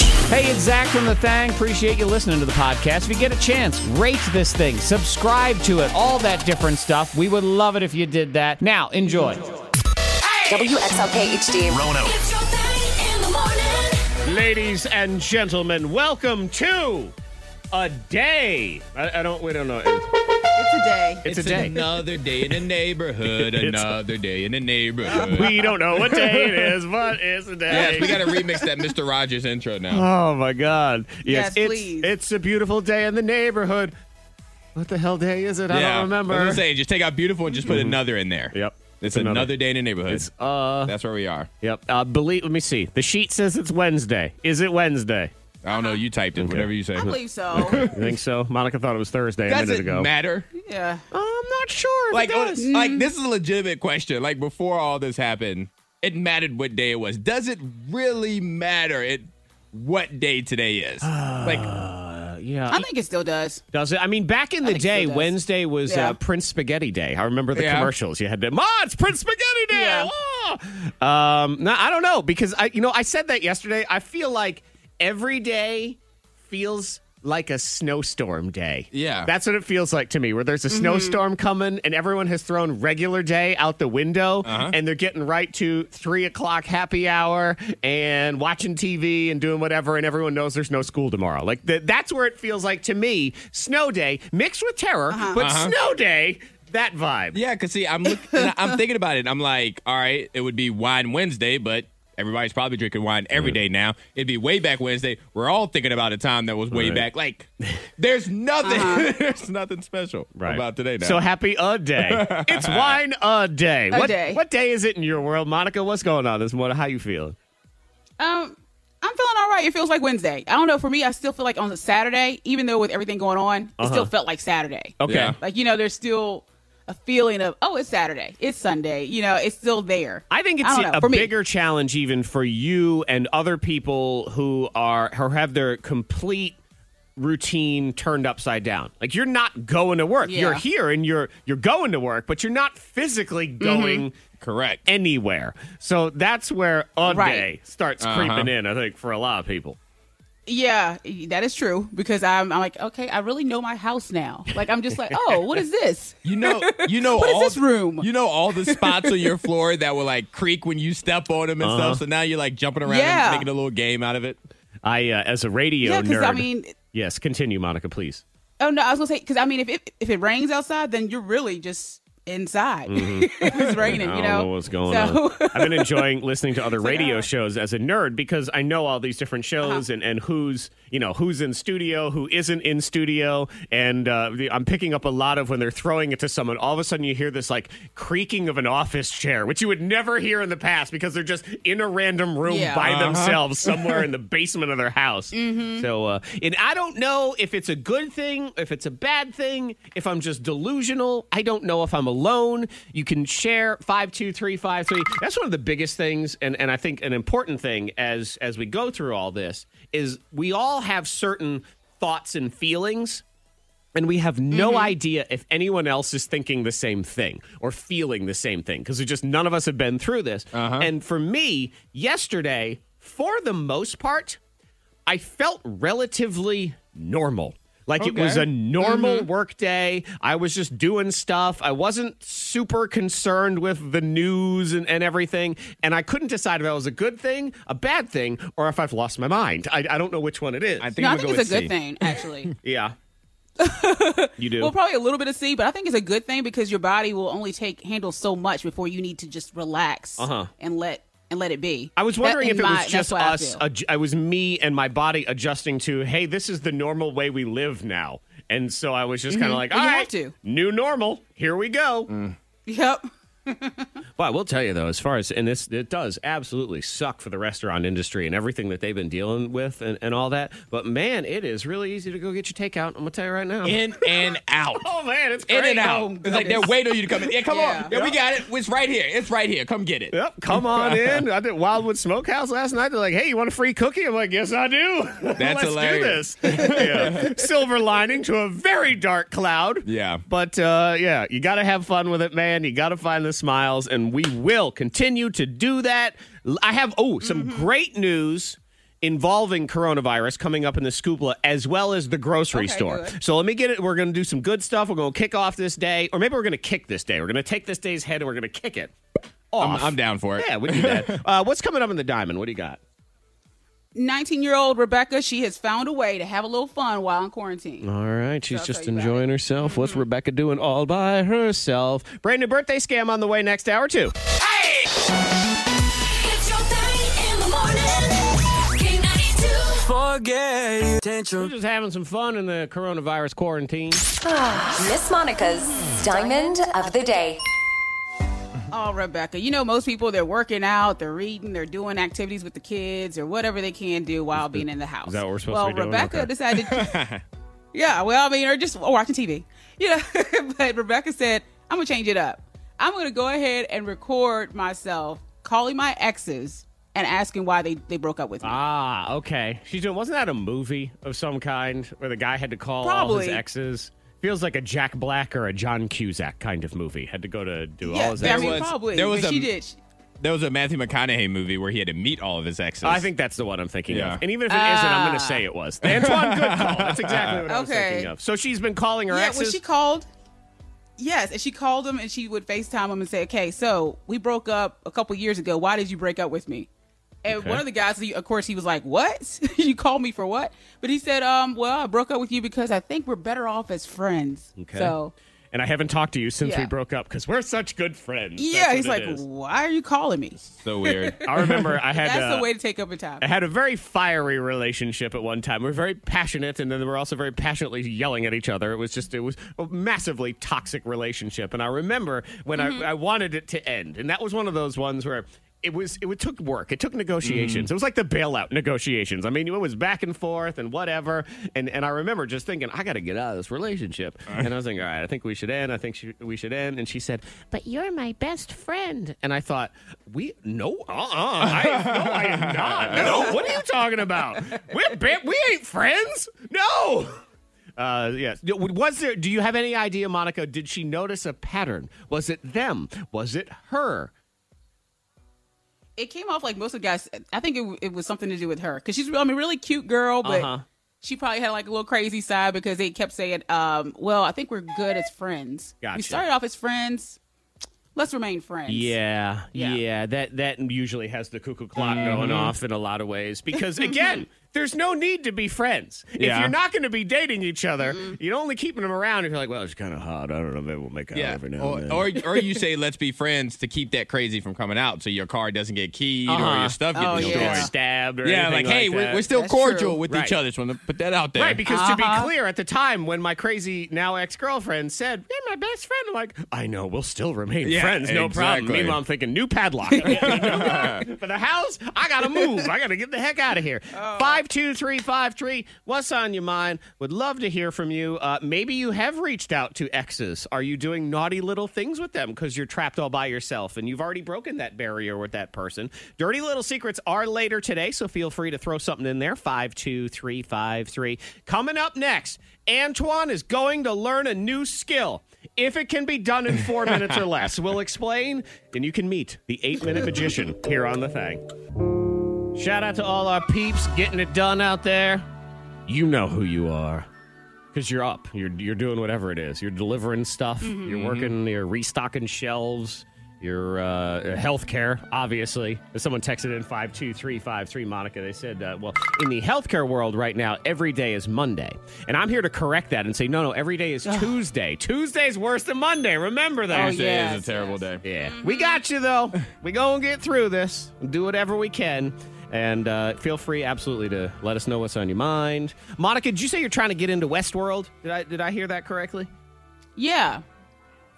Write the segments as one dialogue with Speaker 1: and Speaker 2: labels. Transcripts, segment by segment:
Speaker 1: Hey, it's Zach from The Thang. Appreciate you listening to the podcast. If you get a chance, rate this thing, subscribe to it, all that different stuff. We would love it if you did that. Now, enjoy.
Speaker 2: WXLK HD.
Speaker 3: It's your thing in the morning.
Speaker 4: Ladies and gentlemen, welcome to a day. I, I don't. We don't know. It's,
Speaker 5: It's a day.
Speaker 4: it's a day.
Speaker 6: Another day in a neighborhood. another day in a neighborhood.
Speaker 4: we don't know what day it is, but it's a day.
Speaker 6: yes, we got to remix that Mr. Rogers intro now.
Speaker 4: oh my God!
Speaker 5: Yes,
Speaker 4: Yes, it's
Speaker 5: please.
Speaker 4: it's a beautiful day in the neighborhood. What the hell day is it? I don't
Speaker 6: I was
Speaker 4: remember.
Speaker 6: gonna say, just take out beautiful and just put another in there.
Speaker 4: Yep.
Speaker 6: It's
Speaker 4: Another.
Speaker 6: another, day in a neighborhood.
Speaker 4: It's uh.
Speaker 6: That's where we are.
Speaker 4: Yep. Uh, believe. Let me see. The sheet says it's Wednesday. Is it Wednesday?
Speaker 6: I don't know. You typed it. Whatever you say.
Speaker 5: I believe so.
Speaker 4: You think so? Monica thought it was Thursday a
Speaker 6: Does
Speaker 4: minute
Speaker 6: it
Speaker 4: ago.
Speaker 6: matter?
Speaker 5: yeah.
Speaker 4: I'm not sure. if
Speaker 6: Like,
Speaker 4: it does.
Speaker 6: like this is a legitimate question. Like before all this happened, it mattered what day it was. Does it really matter? It what day today is? like
Speaker 4: yeah.
Speaker 5: I think it still does.
Speaker 4: Does it? I mean, back in the
Speaker 5: think so,
Speaker 4: day,
Speaker 5: does.
Speaker 4: Wednesday was
Speaker 5: Yeah.
Speaker 4: uh, Prince Spaghetti Day. I remember the
Speaker 6: Yeah.
Speaker 4: commercials. You had to, Ma, it's Prince Spaghetti Day.
Speaker 5: Yeah.
Speaker 4: Ah! Um, no, I don't know because I, you know, I said that yesterday. I feel like every day feels like a snowstorm day.
Speaker 6: Yeah. Mm-hmm.
Speaker 4: that's what it feels like to me. Where there's a snowstorm coming and everyone has thrown regular day out the window
Speaker 6: Uh-huh.
Speaker 4: and they're getting right to three o'clock happy hour and watching TV and doing whatever. And everyone knows there's no school tomorrow. Like th- that's where it feels like to me. Snow day mixed with terror,
Speaker 5: Uh-huh.
Speaker 4: but snow day. That vibe.
Speaker 6: Uh-huh. Yeah, cause see, I'm look, and I- I'm thinking about it. I'm like, all right, it would be Wine Wednesday, but everybody's probably drinking wine every day now. It'd be Way Back Wednesday. We're all thinking about a time that was way
Speaker 4: Right.
Speaker 6: back. Like, there's nothing,
Speaker 5: Uh-huh.
Speaker 6: there's nothing special about today now.
Speaker 4: So happy a day. it's wine a day.
Speaker 5: A
Speaker 4: what
Speaker 5: day.
Speaker 4: what day is it in your world, Monica? What's going on this morning? How you feeling?
Speaker 5: Um, I'm feeling all right. It feels like Wednesday. I don't know. For me, I still feel like on a Saturday, even though with everything going on, it
Speaker 4: Uh-huh.
Speaker 5: still felt like Saturday.
Speaker 4: Okay.
Speaker 6: Yeah.
Speaker 5: Like, you know, there's still a feeling of, oh, it's Saturday. It's Sunday. You know, it's still there.
Speaker 4: I think it's
Speaker 5: don't know.
Speaker 4: a
Speaker 5: For me.
Speaker 4: bigger challenge even for you and other people who are who have their complete routine turned upside down. Like you're not going to work.
Speaker 5: Yeah.
Speaker 4: You're here and you're you're going to work, but you're not physically
Speaker 5: Mm-hmm.
Speaker 4: going
Speaker 6: correct.
Speaker 4: anywhere. So that's where a
Speaker 5: Right.
Speaker 4: day starts creeping in, I think, for a lot of people.
Speaker 5: Yeah, that is true because I'm, I'm like, okay, I really know my house now. Like, I'm just like, oh, what is this?
Speaker 6: You know, you know
Speaker 5: What is
Speaker 6: all
Speaker 5: this room?
Speaker 6: You know all the spots on your floor that will like creak when you step on them and
Speaker 4: Uh-huh.
Speaker 6: stuff. So now you're like jumping around
Speaker 5: Yeah.
Speaker 6: and making a little game out of it.
Speaker 4: I uh, as a radio
Speaker 5: Yeah, because
Speaker 4: nerd.
Speaker 5: I mean,
Speaker 4: yes, continue Monica, please.
Speaker 5: Oh no, I was gonna say because I mean, if it if it rains outside, then you're really just inside. if it's raining,
Speaker 4: Mm-hmm. I don't
Speaker 5: you know.
Speaker 4: know what's going
Speaker 5: so, uh,
Speaker 4: on. I've been enjoying listening to other radio shows as a nerd because I know all these different
Speaker 5: Uh-huh.
Speaker 4: shows and, and who's you know who's in studio, who isn't in studio, and uh, the- I'm picking up a lot of when they're throwing it to someone. All of a sudden, you hear this like creaking of an office chair, which you would never hear in the past because they're just in a random room
Speaker 5: Yeah.
Speaker 4: by
Speaker 5: Uh-huh.
Speaker 4: themselves somewhere in the basement of their house. So, uh, and I don't know if it's a good thing, if it's a bad thing, if I'm just delusional. I don't know if I'm alone. You can share five two three five three. That's one of the biggest things, and and I think an important thing as as we go through all this is we all have certain thoughts and feelings and we have no
Speaker 6: Mm-hmm.
Speaker 4: idea if anyone else is thinking the same thing or feeling the same thing because just none of us have been through this.
Speaker 6: Uh-huh.
Speaker 4: And for me, yesterday, for the most part, I felt relatively normal. Like it was
Speaker 6: Okay. Mm-hmm.
Speaker 4: a normal work day. I was just doing stuff. I wasn't super concerned with the news and, and everything. And I couldn't decide if that was a good thing, a bad thing, or if I've lost my mind. I, I don't know which one it is.
Speaker 6: I think,
Speaker 5: no, I
Speaker 6: I'm
Speaker 5: think
Speaker 6: gonna
Speaker 5: it's a
Speaker 6: go
Speaker 5: good
Speaker 6: with C.
Speaker 5: thing actually.
Speaker 4: yeah. you do.
Speaker 5: well, probably a little bit of C, but I think it's a good thing because your body will only take handle so much before you need to just relax and let and let it be.
Speaker 4: I was wondering
Speaker 5: That-
Speaker 4: if
Speaker 5: in
Speaker 4: it
Speaker 5: my-
Speaker 4: was
Speaker 5: that's
Speaker 4: just
Speaker 5: what I
Speaker 4: us.
Speaker 5: feel.
Speaker 4: adj- I was me and my body adjusting to, hey, this is the normal way we live now. And so I was just kind of like, all
Speaker 5: Mm-hmm. you have
Speaker 4: right,
Speaker 5: to.
Speaker 4: new normal. Here we go.
Speaker 5: yep.
Speaker 4: But Mm. I will tell you though, as far as and this it does absolutely suck for the restaurant industry and everything that they've been dealing with and, and all that. But man, it is really easy to go get your takeout. I'm gonna tell you right now.
Speaker 6: In and out.
Speaker 4: oh man, it's
Speaker 6: in
Speaker 4: great.
Speaker 6: and out.
Speaker 5: Oh,
Speaker 6: it's like they're
Speaker 5: goodness.
Speaker 6: waiting on you to come in. Yeah, come
Speaker 5: Yeah.
Speaker 6: on. Yeah, we got it. It's right here. It's right here. Come get it.
Speaker 4: Yep, come on in. I did Wildwood Smokehouse last night. They're like, "Hey, you want a free cookie?" I'm like, "Yes, I do." Let's
Speaker 6: hilarious.
Speaker 4: do this. Yeah. Silver lining to a very dark cloud.
Speaker 6: Yeah.
Speaker 4: but uh, yeah, you got to have fun with it, man. You got to find the smiles,
Speaker 5: Mm-hmm.
Speaker 4: and we will continue to do that. L- I have oh some great news. involving coronavirus coming up in the scoopla as well as the grocery
Speaker 5: Okay,
Speaker 4: store.
Speaker 5: good.
Speaker 4: So let me get it. We're going to do some good stuff. We're going to kick off this day, or maybe we're going to kick this day. We're going to take this day's head and we're going to kick it off.
Speaker 6: I'm down for it.
Speaker 4: Yeah, we do that. uh, what's coming up in the diamond? What do you got?
Speaker 5: 19 year old Rebecca, she has found a way to have a little fun while in quarantine.
Speaker 4: All right, she's
Speaker 5: I'll
Speaker 4: just
Speaker 5: tell you about Mm-hmm.
Speaker 4: enjoying herself. What's Rebecca doing all by herself? Brand new birthday scam on the way next hour too.
Speaker 3: It's your thing in the morning. K92.
Speaker 4: Just having some fun in the coronavirus quarantine.
Speaker 2: Miss Monica's Diamond of the Day.
Speaker 5: Oh, Rebecca, you know, most people, they're working out, they're reading, they're doing activities with the kids or whatever they can do while being in the house.
Speaker 4: that what we're supposed
Speaker 5: well,
Speaker 4: to be doing?
Speaker 5: Rebecca
Speaker 4: Okay.
Speaker 5: decided, yeah, well, I mean, or just watching TV. You know, but Rebecca said, I'm going to change it up. I'm going to go ahead and record myself calling my exes and asking why they, they broke up with me.
Speaker 4: Ah, okay. She's doing. Wasn't that a movie of some kind where the guy had to call all his
Speaker 5: Probably.
Speaker 4: exes? Feels like a Jack Black or a John Cusack kind of movie. Had to go to do all his
Speaker 5: I
Speaker 4: exes.
Speaker 5: mean,
Speaker 6: was-
Speaker 5: probably.
Speaker 6: there was
Speaker 5: but
Speaker 6: a-
Speaker 5: she did.
Speaker 6: There was a Matthew McConaughey movie where he had to meet all of his exes.
Speaker 4: I think that's the one I'm thinking
Speaker 6: Yeah.
Speaker 4: of. And even if it not I'm going to say it was. Antoine Good call. That's exactly what I was
Speaker 5: Ah. Okay.
Speaker 4: thinking of. So she's been calling her
Speaker 5: Yeah,
Speaker 4: exes.
Speaker 5: when she called, yes, and she called him and she would FaceTime him and say, "Okay, so we broke up a couple years ago. Why did you break up with me?" And one of the guys, he, of course, he was like, "What? you called me for what?" But he said, "Um, well, I broke up with you because I think we're better off as friends."
Speaker 4: Okay.
Speaker 5: So
Speaker 4: and I haven't talked to you since we
Speaker 5: Yeah.
Speaker 4: broke up because we're such good friends.
Speaker 5: yeah,
Speaker 4: That's
Speaker 5: he's
Speaker 4: what
Speaker 5: like,
Speaker 4: it is.
Speaker 5: "Why are you calling me?"
Speaker 6: so weird.
Speaker 4: I remember I had
Speaker 5: That's
Speaker 4: uh,
Speaker 5: the way to take up your time.
Speaker 4: I had a very fiery relationship at one time. We were very passionate, and then we were also very passionately yelling at each other. It was just, it was a massively toxic relationship. And I remember when
Speaker 5: Mm-hmm.
Speaker 4: I, I wanted it to end, and that was one of those ones where. It was. It took work. It took negotiations. It was like the bailout negotiations. I mean, it was back and forth and whatever. And and I remember just thinking, I got to get out of this relationship. And I was like, all right, I think we should end. I think she, we should end. And she said, but you're my best friend. And I thought, we no, uh, uh I no, I am not. No, what are you talking about? We're ba- we ain't friends. No. Uh, yes. No, Was there? Do you have any idea, Monica? Did she notice a pattern? Was it them? Was it her?
Speaker 5: it came off like most of the guys. I think it, it was something to do with her because she's I mean really cute girl, but
Speaker 4: Uh-huh.
Speaker 5: she probably had like a little crazy side because they kept saying, um, "Well, I think we're good as friends.
Speaker 4: Gotcha.
Speaker 5: We started off as friends. Let's remain friends."
Speaker 4: Yeah, yeah,
Speaker 5: Yeah.
Speaker 4: That that usually has the cuckoo clock going off in a lot of ways because again, there's no need to be friends if
Speaker 6: Yeah.
Speaker 4: you're not going to be dating each other. You're only keeping them around if you're like, well, it's kind of hot. I don't know. Maybe we'll make out
Speaker 6: Yeah,
Speaker 4: every now and
Speaker 6: or,
Speaker 4: then.
Speaker 6: or or you say let's be friends to keep that crazy from coming out, so your car doesn't get keyed or your stuff gets
Speaker 5: Oh,
Speaker 4: You
Speaker 6: destroyed.
Speaker 4: get
Speaker 5: yeah.
Speaker 4: stabbed or
Speaker 6: Yeah,
Speaker 4: anything
Speaker 6: like, hey,
Speaker 4: that.
Speaker 6: we're, we're still
Speaker 5: That's
Speaker 6: cordial
Speaker 5: true.
Speaker 6: with
Speaker 4: Right.
Speaker 6: each other. So I'm gonna put that out there.
Speaker 4: Right, because to
Speaker 6: Uh-huh.
Speaker 4: be clear, at the time when my crazy now ex girlfriend said, "You're my best friend," I'm like, "I know, we'll still remain
Speaker 6: Yeah,
Speaker 4: friends, no problem."
Speaker 6: exactly.
Speaker 4: Meanwhile, I'm thinking, "New padlock for the house. I gotta move. I gotta get the heck out of here."
Speaker 6: Oh.
Speaker 4: Five two three five three. What's on your mind? Would love to hear from you. Uh, maybe you have reached out to exes. Are you doing naughty little things with them because you're trapped all by yourself and you've already broken that barrier with that person? Dirty little secrets are later today, so feel free to throw something in there. Five two three five three. Coming up next, Antoine is going to learn a new skill. If it can be done in four minutes or less, we'll explain, and you can meet the eight minute magician here on the thing. Shout out to all our peeps getting it done out there. You know who you are. Because you're up. You're, you're doing whatever it is. You're delivering stuff. You're working. You're restocking shelves. Your uh, healthcare, obviously. Someone texted in 52353 Monica. They said, uh, well, in the healthcare world right now, every day is Monday. And I'm here to correct that and say, no, no, every day is Tuesday. Tuesday's worse than Monday. Remember
Speaker 6: Oh,
Speaker 4: that.
Speaker 5: Tuesday is a
Speaker 6: is a terrible day.
Speaker 4: Yeah. We got you, though. we going to get through this. Do whatever we can. And uh, feel free, absolutely, to let us know what's on your mind. Monica, did you say you're trying to get into Westworld? Did I, did I hear that correctly?
Speaker 5: yeah,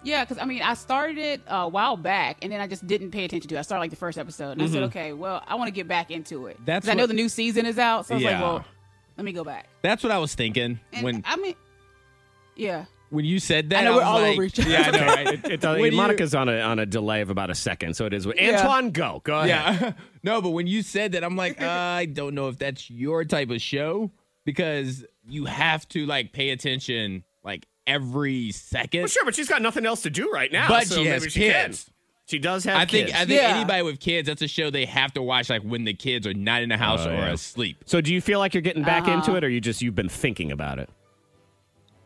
Speaker 5: yeah. Because I mean, I started it a while back, and then I just didn't pay attention to. it. I started like the first episode, and I said, "Okay, well, I want to get back into it."
Speaker 6: Mm-hmm. That's
Speaker 5: 'Cause I know
Speaker 6: what-
Speaker 5: the new season is out, so I was
Speaker 6: Yeah.
Speaker 5: like, "Well, let me go back."
Speaker 6: That's what I was thinking
Speaker 5: And
Speaker 6: when
Speaker 5: I mean, yeah.
Speaker 6: when you said that.
Speaker 5: I know
Speaker 6: was
Speaker 5: we're all
Speaker 6: like,
Speaker 5: over each other.
Speaker 6: Yeah, I know, right?
Speaker 4: It, it, does-
Speaker 6: What do you-
Speaker 4: Monica's on, a, on a delay of about a second, so it is.
Speaker 5: Yeah.
Speaker 4: Antoine, go. Go ahead.
Speaker 6: Yeah. no, but when you said that, I'm like, uh, I don't know if that's your type of show because you have to like pay attention like every second.
Speaker 4: Well, sure, but she's got nothing else to do right now.
Speaker 6: But
Speaker 4: so
Speaker 6: she
Speaker 4: maybe
Speaker 6: has
Speaker 4: she can.
Speaker 6: kids.
Speaker 4: She does have
Speaker 6: I think
Speaker 4: kids.
Speaker 6: I think
Speaker 5: Yeah.
Speaker 6: anybody with kids, that's a show they have to watch like when the kids are not in the house
Speaker 4: Oh,
Speaker 6: or
Speaker 4: yeah.
Speaker 6: asleep.
Speaker 4: so do you feel like you're getting back into it or you just you've been thinking about it?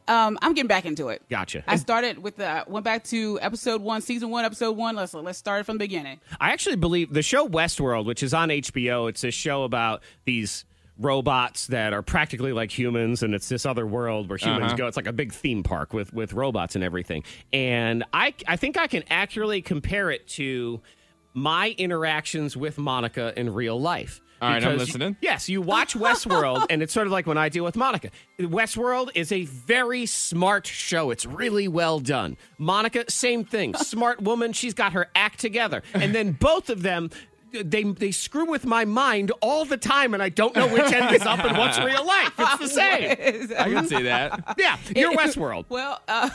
Speaker 5: Um, I'm getting back into it.
Speaker 4: Gotcha.
Speaker 5: I started with the went back to episode one, season one, episode one. Let's let's start it from the beginning.
Speaker 4: I actually believe the show Westworld, which is on HBO, it's a show about these robots that are practically like humans and it's this other world where humans
Speaker 6: Uh-huh.
Speaker 4: go it's like a big theme park with with robots and everything and i i think i can accurately compare it to my interactions with monica in real life
Speaker 6: All right, I'm
Speaker 4: Because-
Speaker 6: listening.
Speaker 4: Yes, you watch Westworld, and it's sort of like when I deal with Monica. Westworld is a very smart show. It's really well done. Monica, same thing. Smart woman. She's got her act together. And then both of them. They, they screw with my mind all the time, and I don't know which end is up and what's real life. It's the same.
Speaker 6: I can see that.
Speaker 4: Yeah, you're Westworld.
Speaker 5: Well, uh,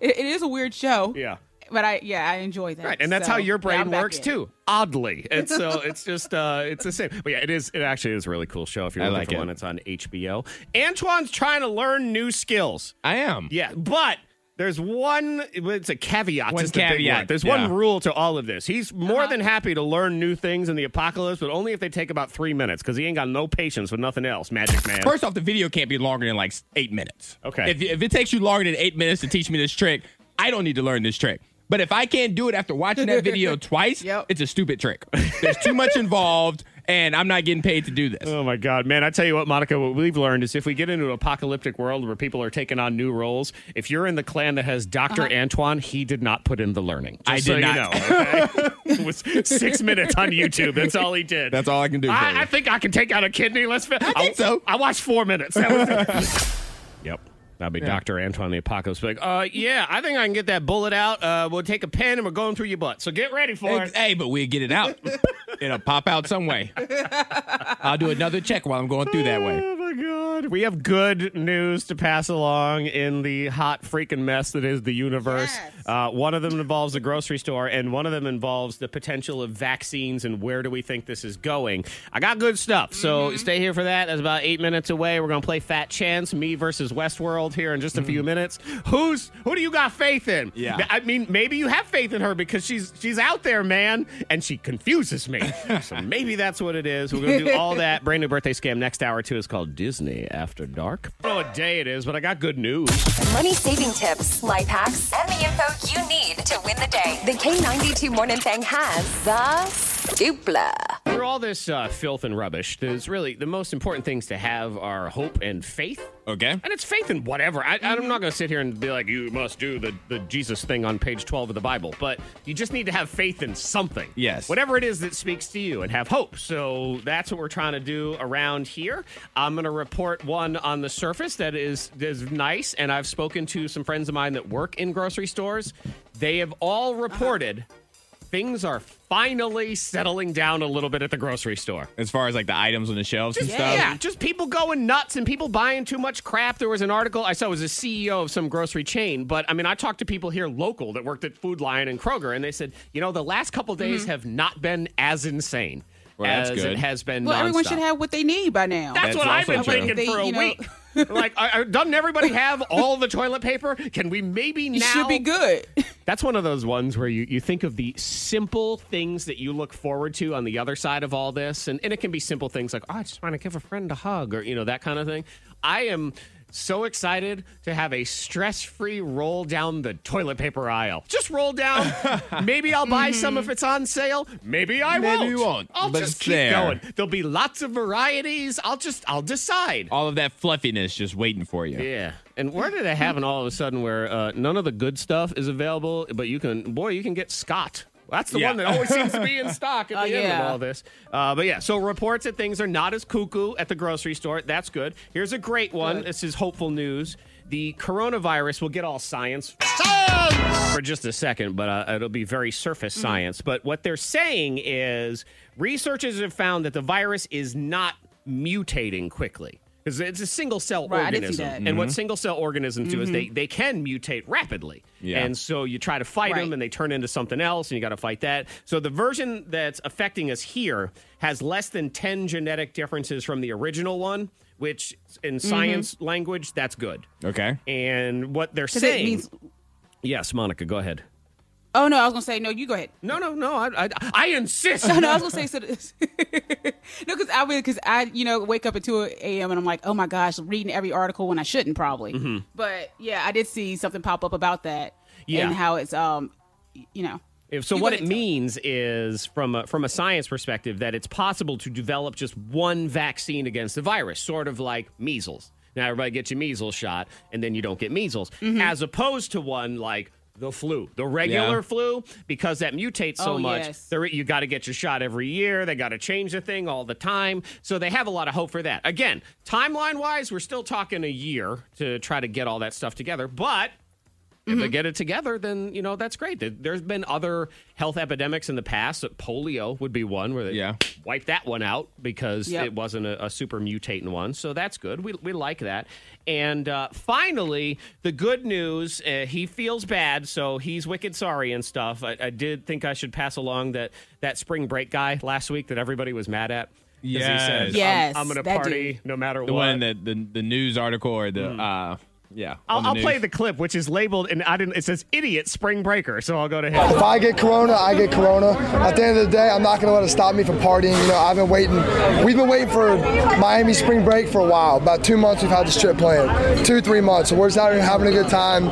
Speaker 5: it, it is a weird show.
Speaker 4: Yeah.
Speaker 5: But I yeah I enjoy that.
Speaker 4: Right, and that's
Speaker 5: So,
Speaker 4: how your
Speaker 5: yeah, I'm
Speaker 4: brain
Speaker 5: back
Speaker 4: works
Speaker 5: in.
Speaker 4: too, oddly. And so it's just uh it's the same. But yeah, it is. It actually is a really cool show if you're
Speaker 6: I
Speaker 4: looking
Speaker 6: like
Speaker 4: for
Speaker 6: it.
Speaker 4: one. It's on HBO. Antoine's trying to learn new skills.
Speaker 6: I am.
Speaker 4: Yeah, but there's one. It's a caveat.
Speaker 6: One
Speaker 4: is the big
Speaker 6: caveat,
Speaker 4: word. There's
Speaker 6: yeah.
Speaker 4: one rule to all of this. He's
Speaker 5: Uh-huh.
Speaker 4: more than happy to learn new things in the apocalypse, but only if they take about three minutes because he ain't got no patience with nothing else. Magic man.
Speaker 6: First off, the video can't be longer than like eight minutes.
Speaker 4: Okay.
Speaker 6: If, if it takes you longer than eight minutes to teach me this trick, I don't need to learn this trick. But if I can't do it after watching that video twice,
Speaker 5: Yep.
Speaker 6: it's a stupid trick. There's too much involved, and I'm not getting paid to do this.
Speaker 4: Oh my God, man! I tell you what, Monica. What we've learned is if we get into an apocalyptic world where people are taking on new roles, if you're in the clan that has Doctor Antoine, he did not put in the learning. Just
Speaker 6: I
Speaker 4: so
Speaker 6: did
Speaker 4: you
Speaker 6: not.
Speaker 4: know, okay? it was six minutes on YouTube. That's all he did.
Speaker 6: That's all I can do for you.
Speaker 4: I, I think I can take out a kidney. Let's. Fi- I
Speaker 6: think so.
Speaker 4: I watched four minutes. That was it. yep. That'd be Dr. Antoine the Apocalypse. Be like, uh, yeah, I think I can get that bullet out. Uh, we'll take a pen and we're going through your butt. So get ready for
Speaker 6: Ex-
Speaker 4: it.
Speaker 6: Hey, but we'll get it out. It'll pop out some way. I'll do another check while I'm going through that way.
Speaker 4: Oh my god. We have good news to pass along in the hot freaking mess that is the universe.
Speaker 5: Yes.
Speaker 4: Uh, one of them involves the grocery store, and one of them involves the potential of vaccines and where do we think this is going. I got good stuff, so stay here for that. That's about eight minutes away. We're gonna play Fat Chance, me versus Westworld here in just a few minutes. Who's who do you got faith in?
Speaker 6: Yeah.
Speaker 4: I mean, maybe you have faith in her because she's she's out there, man, and she confuses me. so maybe that's what it is. We're gonna do all that. Brand new birthday scam next hour too is called Disney After Dark. I don't know what day it is, but I got good news.
Speaker 2: Money saving tips, life hacks, and the info you need to win the day. The K92 Morning Thang has the dupla.
Speaker 4: Through all this uh, filth and rubbish, there's really the most important things to have are hope and faith.
Speaker 6: Okay.
Speaker 4: And it's faith in whatever. I, I'm not going to sit here and be like, you must do the, the Jesus thing on page 12 of the Bible, but you just need to have faith in something.
Speaker 6: Yes.
Speaker 4: Whatever it is that speaks to you and have hope. So that's what we're trying to do around here. I'm going to report one on the surface that is, is nice. And I've spoken to some friends of mine that work in grocery stores. They have all reported things are finally settling down a little bit at the grocery store.
Speaker 6: As far as like the items on the shelves and stuff.
Speaker 4: Yeah, just people going nuts and people buying too much crap. There was an article I saw it was a CEO of some grocery chain, but I mean, I talked to people here local that worked at Food Lion and Kroger, and they said, you know, the last couple days
Speaker 5: Mm-hmm.
Speaker 4: have not been as insane
Speaker 6: Well,
Speaker 4: as
Speaker 6: that's
Speaker 4: it
Speaker 6: good.
Speaker 4: has been.
Speaker 5: Well, everyone should
Speaker 4: nonstop.
Speaker 5: have what they need by now.
Speaker 4: That's,
Speaker 6: That's
Speaker 4: what I've
Speaker 6: also
Speaker 4: been
Speaker 6: true.
Speaker 4: thinking
Speaker 5: They-
Speaker 4: for a
Speaker 5: you know-
Speaker 4: week. like, are, are- doesn't everybody have all the toilet paper? Can we maybe
Speaker 5: you
Speaker 4: now?
Speaker 5: should be good.
Speaker 4: That's one of those ones where you, you think of the simple things that you look forward to on the other side of all this. And, and it can be simple things like, oh, I just want to give a friend a hug or, you know, that kind of thing. I am so excited to have a stress free roll down the toilet paper aisle. Just roll down. Maybe I'll buy some if it's on sale. Maybe I
Speaker 6: Mm-hmm. Maybe
Speaker 4: won't.
Speaker 6: you won't,
Speaker 4: I'll
Speaker 6: but
Speaker 4: just
Speaker 6: it's
Speaker 4: keep
Speaker 6: there.
Speaker 4: going. There'll be lots of varieties. I'll just, I'll decide.
Speaker 6: All of that fluffiness just waiting for you.
Speaker 4: Yeah. And where did it happen all of a sudden where uh, none of the good stuff is available, but you can, boy, you can get Scott. That's the
Speaker 6: Yeah.
Speaker 4: one that always seems to be in stock at the
Speaker 5: Oh,
Speaker 4: end
Speaker 5: yeah.
Speaker 4: of all this. Uh, but yeah, so reports that things are not as cuckoo at the grocery store. That's good. Here's a great one. This is hopeful news. The coronavirus will get all science for just a second, but uh, it'll be very surface
Speaker 5: Mm.
Speaker 4: science. But what they're saying is researchers have found that the virus is not mutating quickly. Because it's a single cell
Speaker 5: Right, I did see
Speaker 4: organism.
Speaker 5: that.
Speaker 4: And what
Speaker 6: Mm-hmm.
Speaker 4: single cell organisms do is they, they can mutate rapidly.
Speaker 6: Yeah.
Speaker 4: And so you try to fight
Speaker 5: Right.
Speaker 4: them and they turn into something else and you got to fight that. So the version that's affecting us here has less than 10 genetic differences from the original one, which in science language, that's good.
Speaker 6: Okay.
Speaker 4: And what they're
Speaker 5: Because it
Speaker 4: saying.
Speaker 5: means
Speaker 4: yes, Monica, go ahead.
Speaker 5: Oh no, I was gonna say no. You go ahead.
Speaker 4: No, no, no. I, I, I insist.
Speaker 5: No, no, I was gonna say so. no, because I would, because I, you know, wake up at two a.m. and I'm like, oh my gosh, reading every article when I shouldn't probably.
Speaker 4: Mm-hmm.
Speaker 5: But yeah, I did see something pop up about that.
Speaker 4: Yeah.
Speaker 5: and how it's um, y- you know,
Speaker 4: If, so
Speaker 5: You
Speaker 4: what
Speaker 5: wouldn't
Speaker 4: it
Speaker 5: tell.
Speaker 4: means is from a, from a science perspective that it's possible to develop just one vaccine against the virus, sort of like measles. Now everybody gets your measles shot and then you don't get measles
Speaker 5: Mm-hmm.
Speaker 4: as opposed to one like the flu, the regular
Speaker 6: Yeah.
Speaker 4: flu because that mutates so
Speaker 5: Oh,
Speaker 4: much.
Speaker 5: yes.
Speaker 4: There you got to get your shot every year. They got to change the thing all the time. So they have a lot of hope for that. Again, timeline wise, we're still talking a year to try to get all that stuff together, but if they get it together, then you know that's great. There- There's been other health epidemics in the past. Polio would be one where they
Speaker 6: Yeah.
Speaker 4: wiped that one out because
Speaker 5: Yep.
Speaker 4: it wasn't a, a super mutating one. So that's good. We we like that. And uh, finally, the good news. Uh, he feels bad, so he's wicked sorry and stuff. I, I did think I should pass along that that spring break guy last week that everybody was mad at. 'Cause
Speaker 6: Yes.
Speaker 4: he said,
Speaker 5: Yes,
Speaker 4: I'm, I'm gonna
Speaker 5: that
Speaker 4: party
Speaker 5: dude.
Speaker 4: no matter
Speaker 6: The
Speaker 4: what.
Speaker 6: one that the, the news article or the uh yeah. on
Speaker 4: Hmm. I'll, I'll
Speaker 6: news.
Speaker 4: play the clip, which is labeled, and I didn't. It says "idiot spring breaker," so I'll go to him.
Speaker 7: If I get corona, I get corona. At the end of the day, I'm not gonna let it stop me from partying. You know, I've been waiting. We've been waiting for Miami spring break for a while. About two months, we've had this trip planned. Two, three months. So we're just out here having a good time.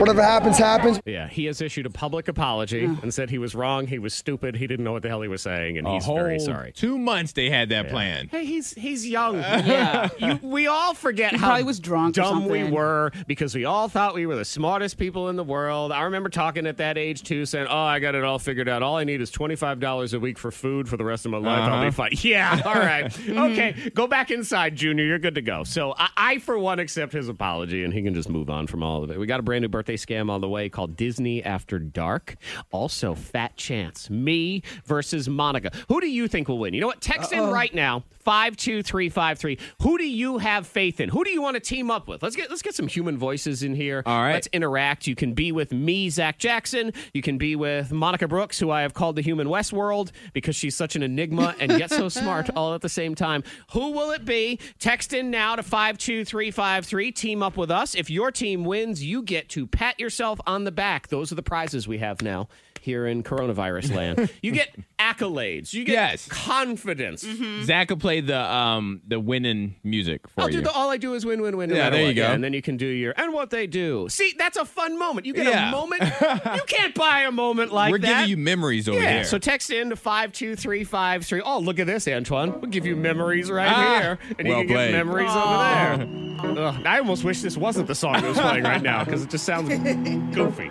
Speaker 7: Whatever happens, happens.
Speaker 4: Yeah, he has issued a public apology and said he was wrong, he was stupid, he didn't know what the hell he was saying, and
Speaker 6: A
Speaker 4: he's very
Speaker 6: whole
Speaker 4: sorry.
Speaker 6: Two months they had that plan.
Speaker 4: Hey, he's he's young.
Speaker 5: yeah.
Speaker 4: You- we all forget
Speaker 5: He
Speaker 4: how
Speaker 5: probably was drunk or
Speaker 4: dumb we
Speaker 5: something.
Speaker 4: were because we all thought we were the smartest people in the world. I remember talking at that age too, saying, "Oh, I got it all figured out. All I need is twenty five dollars a week for food for the rest of my life.
Speaker 6: Uh-huh.
Speaker 4: I'll be fine." Yeah, all right,
Speaker 5: Mm-hmm.
Speaker 4: okay, go back inside, Junior. You're good to go. So I, I, for one, accept his apology, and he can just move on from all of it. We got a brand new birthday scam on the way called Disney After Dark. Also, fat chance me versus Monica. Who do you think will win? You know what? Text in right now five two three five three. Who do you have faith in? Who do you want to team up with? Let's get let's get some human voices in here.
Speaker 6: All right.
Speaker 4: Let's interact. You can be with me, Zach Jackson. You can be with Monica Brooks, who I have called the human West world because she's such an enigma and yet so smart all at the same time. Who will it be? Text in now to 52353. Team up with us. If your team wins, you get to pat yourself on the back. Those are the prizes we have now here in coronavirus land. you get accolades. You get
Speaker 6: Yes.
Speaker 4: confidence.
Speaker 6: Zach will play the um the winning music for
Speaker 4: I'll
Speaker 6: you.
Speaker 4: do the all I do is win, win, win. no
Speaker 6: Yeah,
Speaker 4: matter
Speaker 6: there you
Speaker 4: what.
Speaker 6: go.
Speaker 4: and then you can do your and what they do. See, that's a fun moment. You get a
Speaker 6: Yeah.
Speaker 4: moment. you can't buy a moment like
Speaker 6: We're
Speaker 4: that.
Speaker 6: giving you memories over
Speaker 4: yeah.
Speaker 6: here.
Speaker 4: So text in to five two three five three. Oh, look at this, Antoine. We'll give you memories right
Speaker 6: Ah,
Speaker 4: here, and
Speaker 6: well
Speaker 4: you can
Speaker 6: played.
Speaker 4: get memories over there. Ugh, I almost wish this wasn't the song that was playing right now because it just sounds goofy.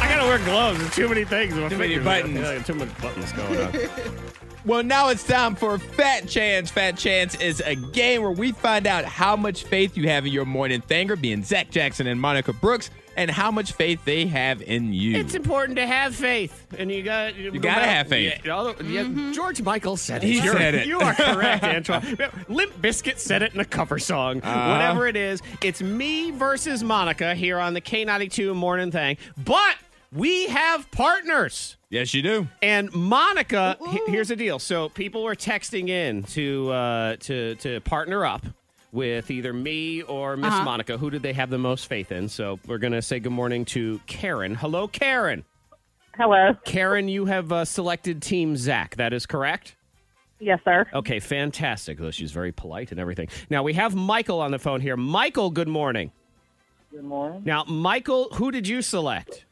Speaker 4: I gotta wear gloves. There's too many things. in my
Speaker 6: Too many
Speaker 4: fingers. I feel
Speaker 6: buttons.
Speaker 4: like Too much buttons going on.
Speaker 6: Well, now it's time for Fat Chance. Fat Chance is a game where we find out how much faith you have in your morning thanger, being Zach Jackson and Monica Brooks, and how much faith they have in you.
Speaker 4: It's important to have faith, and you got you
Speaker 6: gotta have faith.
Speaker 4: Yeah, although- yeah, George Michael said it.
Speaker 6: He
Speaker 4: You're-
Speaker 6: said it.
Speaker 4: You are correct, Antoine. Limp Biscuit said it in a cover song.
Speaker 6: Uh-huh.
Speaker 4: Whatever it is, it's me versus Monica here on the K92 Morning Thing. But we have partners.
Speaker 6: yes, you do.
Speaker 4: And Monica, he- here's the deal. So people were texting in to uh, to to partner up with either me or Miss Monica. Who did they have the most faith in? So we're gonna say good morning to Karen. Hello, Karen.
Speaker 8: Hello.
Speaker 4: Karen, you have uh, selected Team Zach. That is correct.
Speaker 8: Yes, sir.
Speaker 4: Okay, fantastic. Though she's very polite and everything. Now we have Michael on the phone here. Michael, good morning.
Speaker 9: Good morning.
Speaker 4: Now, Michael, who did you select?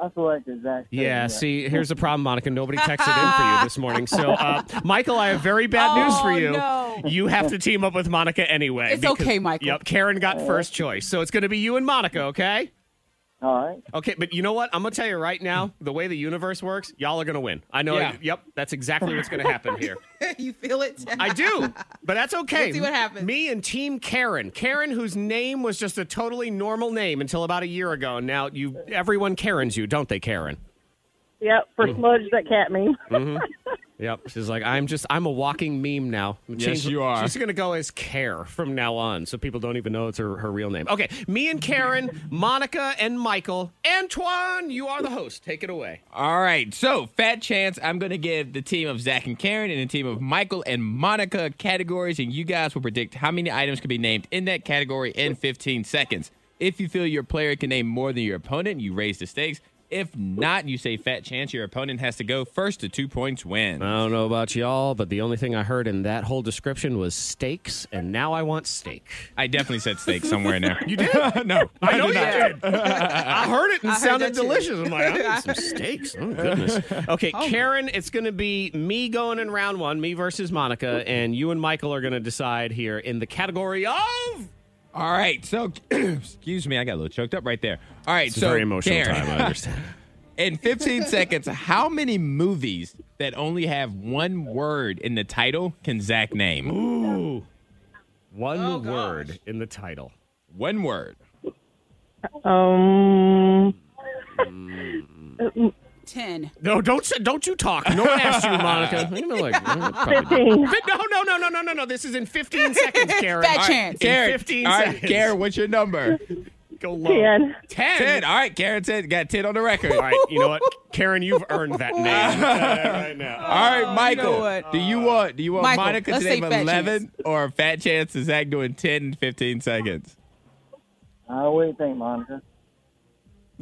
Speaker 9: I selected Zach.
Speaker 4: Yeah, see, here's the problem, Monica. Nobody texted in for you this morning. So, uh, Michael, I have very bad news for
Speaker 5: Oh,
Speaker 4: you.
Speaker 5: no.
Speaker 4: You have to team up with Monica anyway.
Speaker 5: It's okay, Michael. Uh,
Speaker 4: Yep, Karen got first choice. So it's going to be you and Monica, okay?
Speaker 9: All right.
Speaker 4: Okay, but you know what? I'm going to tell you right now the way the universe works, y'all are going to win. I know.
Speaker 6: Yeah.
Speaker 4: Yep, that's exactly what's going to happen here.
Speaker 5: you feel it?
Speaker 4: I do, but that's okay.
Speaker 5: We'll see what happens.
Speaker 4: Me and Team Karen, Karen, whose name was just a totally normal name until about a year ago, and now you everyone Karens you, don't they, Karen?
Speaker 8: Yep, for Smudge that cat meme.
Speaker 4: Yep. She's like, I'm just, I'm a walking meme now.
Speaker 6: Yes, you are.
Speaker 4: She's going to go as Care from now on, so people don't even know it's her, her real name. Okay. Me and Karen, Monica and Michael, Antoine, you are the host. Take it away.
Speaker 6: All right, so fat chance. I'm gonna give the team of Zach and Karen and the team of Michael and Monica categories, and you guys will predict how many items can be named in that category in 15 seconds. If you feel your player can name more than your opponent, you raise the stakes. If not, you say fat chance. Your opponent has to go first to two points win.
Speaker 4: I don't know about y'all, but the only thing I heard in that whole description was steaks, and now I want steak.
Speaker 6: I definitely said steak somewhere in there. you did? no,
Speaker 4: I know you did. I heard it and
Speaker 5: I heard
Speaker 4: sounded
Speaker 5: that too.
Speaker 4: delicious. I'm like, I need some steaks. Oh goodness. Okay,
Speaker 5: Oh.
Speaker 4: Karen, it's going to be me going in round one, me versus Monica, and you and Michael are going to decide here in the category of.
Speaker 6: All right, so excuse me, I got a little choked up right there. All right,
Speaker 4: It's
Speaker 6: so
Speaker 4: a very emotional
Speaker 6: Karen,
Speaker 4: time. I understand.
Speaker 6: in 15 seconds, how many movies that only have one word in the title can Zach name?
Speaker 4: Ooh, one
Speaker 5: Oh, gosh.
Speaker 4: word in the title.
Speaker 6: One word.
Speaker 4: Mm.
Speaker 8: Um,
Speaker 5: Ten.
Speaker 4: No, don't say- don't you talk. No one asked you, Monica. You know, like, mm, probably-
Speaker 8: fifteen.
Speaker 4: no, no, no, no, no, no, no. This is in 15 seconds, Karen.
Speaker 5: Fat
Speaker 4: All right,
Speaker 5: chance.
Speaker 4: in
Speaker 6: Karen,
Speaker 4: 15
Speaker 6: all right,
Speaker 4: seconds.
Speaker 6: Karen, what's your number?
Speaker 4: go low.
Speaker 8: Ten.
Speaker 4: 10.
Speaker 6: 10. All right, Karen, 10. Got 10 on the record.
Speaker 4: All right, you know what, Karen, you've earned that name Uh, right now.
Speaker 6: All right, Michael.
Speaker 5: Oh, what?
Speaker 6: Do you want do you want
Speaker 5: Michael,
Speaker 6: Monica to
Speaker 5: let's
Speaker 6: name
Speaker 5: say fat
Speaker 6: 11
Speaker 5: chance.
Speaker 6: or a fat chance of Zach doing 10 in 15 seconds?
Speaker 9: Uh, what do you think, Monica?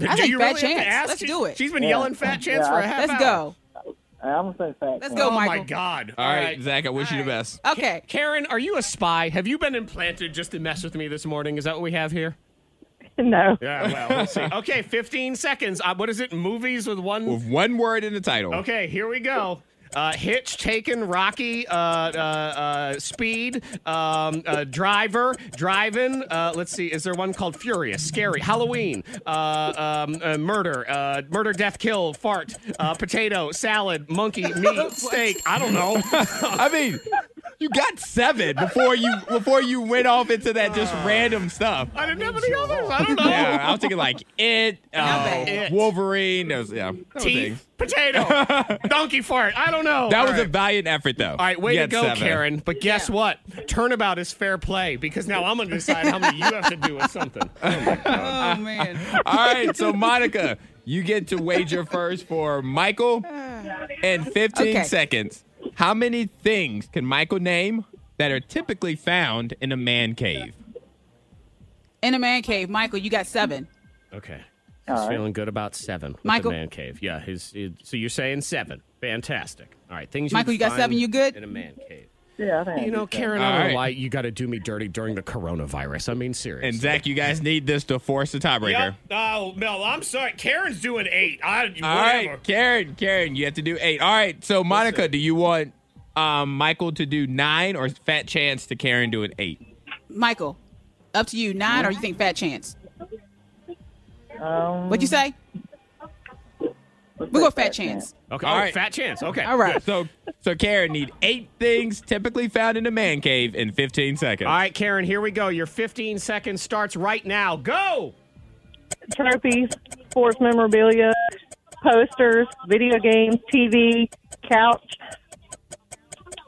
Speaker 5: I
Speaker 4: Do
Speaker 5: think
Speaker 4: you
Speaker 5: fat
Speaker 4: really have to
Speaker 5: chance.
Speaker 4: ask?
Speaker 5: Let's
Speaker 4: She-
Speaker 5: do it.
Speaker 4: She's been
Speaker 9: Yeah.
Speaker 4: yelling fat chance
Speaker 9: Yeah,
Speaker 4: for a
Speaker 9: I-
Speaker 4: half hour.
Speaker 5: Let's go.
Speaker 9: Uh, I'm gonna say fat.
Speaker 5: Let's
Speaker 9: chance.
Speaker 5: go,
Speaker 4: Oh my
Speaker 5: Michael.
Speaker 4: God!
Speaker 6: All right, Zach, I wish you the best.
Speaker 5: Okay.
Speaker 4: Karen, are you a spy? Have you been implanted just to mess with me this morning? Is that what we have here?
Speaker 8: No.
Speaker 4: Yeah, well, we'll see. Okay, 15 seconds. Uh, what is it? Movies with one.
Speaker 6: With one word in the title.
Speaker 4: Okay, here we go. Uh, Hitch, Taken, Rocky, uh, uh, uh, Speed, um, uh, Driver, Driving. Uh, let's see, is there one called Furious, Scary, Halloween, uh, um, uh, Murder, uh, Murder, Death, Kill, Fart, uh, Potato, Salad, Monkey, Meat, Steak. I don't know.
Speaker 6: I mean, you got 7 before you before you went off into that just random stuff.
Speaker 4: I didn't have any others. I don't know.
Speaker 6: Yeah, I was thinking like it, uh,
Speaker 5: bad.
Speaker 4: It.
Speaker 6: Wolverine. Those, yeah, those
Speaker 4: Teeth,
Speaker 6: things.
Speaker 4: potato, donkey fart. I don't know.
Speaker 6: That
Speaker 4: All
Speaker 6: was a
Speaker 4: right.
Speaker 6: valiant effort, though.
Speaker 4: All right, way
Speaker 6: You
Speaker 4: to
Speaker 6: got
Speaker 4: go,
Speaker 6: seven.
Speaker 4: Karen. But guess what? Turnabout is fair play because now I'm going to decide how many you have to do with something.
Speaker 5: Oh man.
Speaker 6: All right, so Monica, you get to wager first for Michael in 15
Speaker 5: Okay.
Speaker 6: seconds. How many things can Michael name that are typically found in a man cave?
Speaker 5: In a man cave, Michael, you got seven.
Speaker 4: Okay. He's
Speaker 9: All right.
Speaker 4: feeling good about seven. With
Speaker 5: Michael.
Speaker 4: The man cave. Yeah. His, his- so you're saying seven. Fantastic. All right. Things
Speaker 5: Michael,
Speaker 4: would
Speaker 5: you got
Speaker 4: find
Speaker 5: seven, you good?
Speaker 4: In a man cave.
Speaker 9: Yeah, I think. I
Speaker 4: You
Speaker 9: did
Speaker 4: know,
Speaker 9: that.
Speaker 4: Karen, I
Speaker 6: All
Speaker 4: don't know
Speaker 6: right.
Speaker 4: why you got to do me dirty during the coronavirus. I mean, seriously.
Speaker 6: And Zach, you guys need this to force the tiebreaker.
Speaker 4: Oh, no, I'm sorry. Karen's doing eight. I, whatever.
Speaker 6: All right, Karen, Karen, you have to do eight. All right, so Monica, do you want um, Michael to do nine or fat chance to Karen do an eight?
Speaker 5: Michael, up to you. Nine, or you think fat chance?
Speaker 9: Um,
Speaker 5: What'd you say? We go fat chance.
Speaker 4: Okay.
Speaker 6: All
Speaker 4: oh,
Speaker 6: right.
Speaker 4: Fat chance. Okay.
Speaker 5: All right.
Speaker 6: So, so Karen need eight things typically found in a man cave in 15 seconds.
Speaker 4: All right, Karen, here we go. Your 15 seconds starts right now. Go!
Speaker 8: Trophies, sports memorabilia, posters, video games, TV, couch,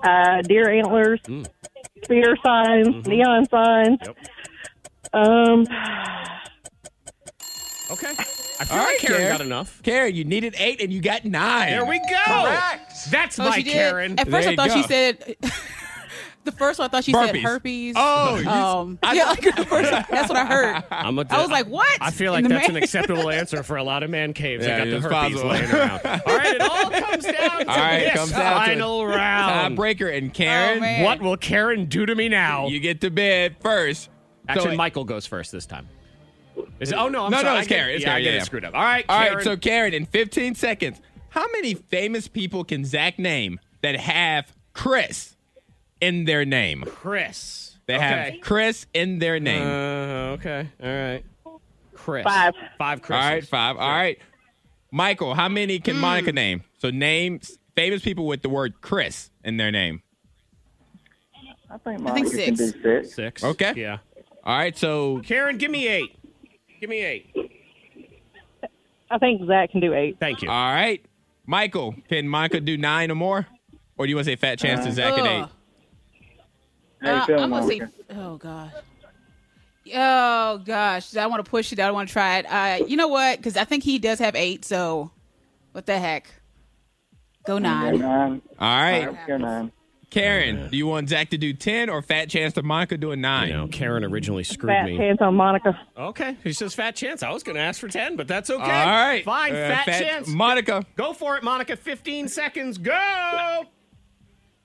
Speaker 8: uh, deer antlers, spear signs, neon signs.
Speaker 4: Mm. Mm-hmm. Yep.
Speaker 8: Um,
Speaker 4: Okay. I feel
Speaker 6: All
Speaker 4: like
Speaker 6: right,
Speaker 4: Karen, got enough.
Speaker 6: Karen, you needed eight and you got nine.
Speaker 4: There we go.
Speaker 6: Correct.
Speaker 4: That's
Speaker 5: Oh,
Speaker 4: my
Speaker 5: she did.
Speaker 4: Karen.
Speaker 5: At first,
Speaker 6: There
Speaker 5: I
Speaker 6: you
Speaker 5: thought
Speaker 6: go.
Speaker 5: she said. the first one, I thought she said
Speaker 6: Burpees.
Speaker 5: herpes.
Speaker 6: Oh, you-
Speaker 5: Um, yeah, like, the first, that's what I heard.
Speaker 4: I'm a,
Speaker 5: I was like, what?
Speaker 4: I feel
Speaker 5: In
Speaker 4: like
Speaker 5: the
Speaker 4: that's
Speaker 5: man-
Speaker 4: an acceptable answer for a lot of man caves.
Speaker 6: Yeah,
Speaker 4: I got the
Speaker 6: it's
Speaker 4: herpes
Speaker 6: possible.
Speaker 4: laying around. All right, it all comes down to
Speaker 6: All right, it
Speaker 4: this
Speaker 6: comes down to
Speaker 4: final round.
Speaker 6: Tiebreaker and Karen,
Speaker 5: Oh, man.
Speaker 4: What will Karen do to me now?
Speaker 6: you get to bid first.
Speaker 4: Actually,
Speaker 6: so,
Speaker 4: Michael goes first this time. Is it- oh no, I'm
Speaker 6: No, no,
Speaker 4: sorry. I
Speaker 6: it's
Speaker 4: get-
Speaker 6: Karen, it's
Speaker 4: yeah, I
Speaker 6: Karen,
Speaker 4: get
Speaker 6: yeah,
Speaker 4: it
Speaker 6: yeah.
Speaker 4: screwed up. All right,
Speaker 6: All
Speaker 4: Karen.
Speaker 6: right, so Karen, in 15 seconds, how many famous people can Zach name that have Chris in their name?
Speaker 4: Chris.
Speaker 6: They
Speaker 4: Okay.
Speaker 6: have Chris in their name.
Speaker 4: Uh, okay. All right. Chris.
Speaker 8: Five.
Speaker 4: Five
Speaker 6: All
Speaker 4: Chris.
Speaker 6: right, five. All right. Michael, how many
Speaker 5: Hmm.
Speaker 6: can Monica name? So name famous people with the word Chris in their name.
Speaker 5: I
Speaker 9: I think
Speaker 5: think
Speaker 9: Monica can do
Speaker 5: six.
Speaker 9: six.
Speaker 4: Six.
Speaker 6: Okay.
Speaker 4: Yeah.
Speaker 6: All right, so
Speaker 4: Karen, give me eight. Give me eight.
Speaker 8: I think Zach can do eight.
Speaker 4: Thank you.
Speaker 6: all right. Michael, can Monica do nine or more? Or do you want to say fat chance to Zach and eight?
Speaker 5: Ugh.
Speaker 9: How you
Speaker 5: Uh,
Speaker 9: feeling,
Speaker 5: I'm gonna say,
Speaker 9: Monica?
Speaker 5: oh god, oh gosh, I want to push it. I want to try it. Uh, you know what? Because I think he does have eight. So, what the heck? Go nine.
Speaker 9: Nine.
Speaker 6: All right.
Speaker 9: Let's go nine.
Speaker 6: Karen, do you want Zach to do 10 or fat chance to Monica do a 9?
Speaker 4: You know, Karen originally screwed
Speaker 8: Fat
Speaker 4: me.
Speaker 8: pants on Monica.
Speaker 4: Okay, he says fat chance. I was going to ask for ten, but that's okay.
Speaker 6: All right.
Speaker 4: fine.
Speaker 6: Uh,
Speaker 4: fat, chance.
Speaker 6: Monica.
Speaker 4: Go for it, Monica. Fifteen seconds. Go.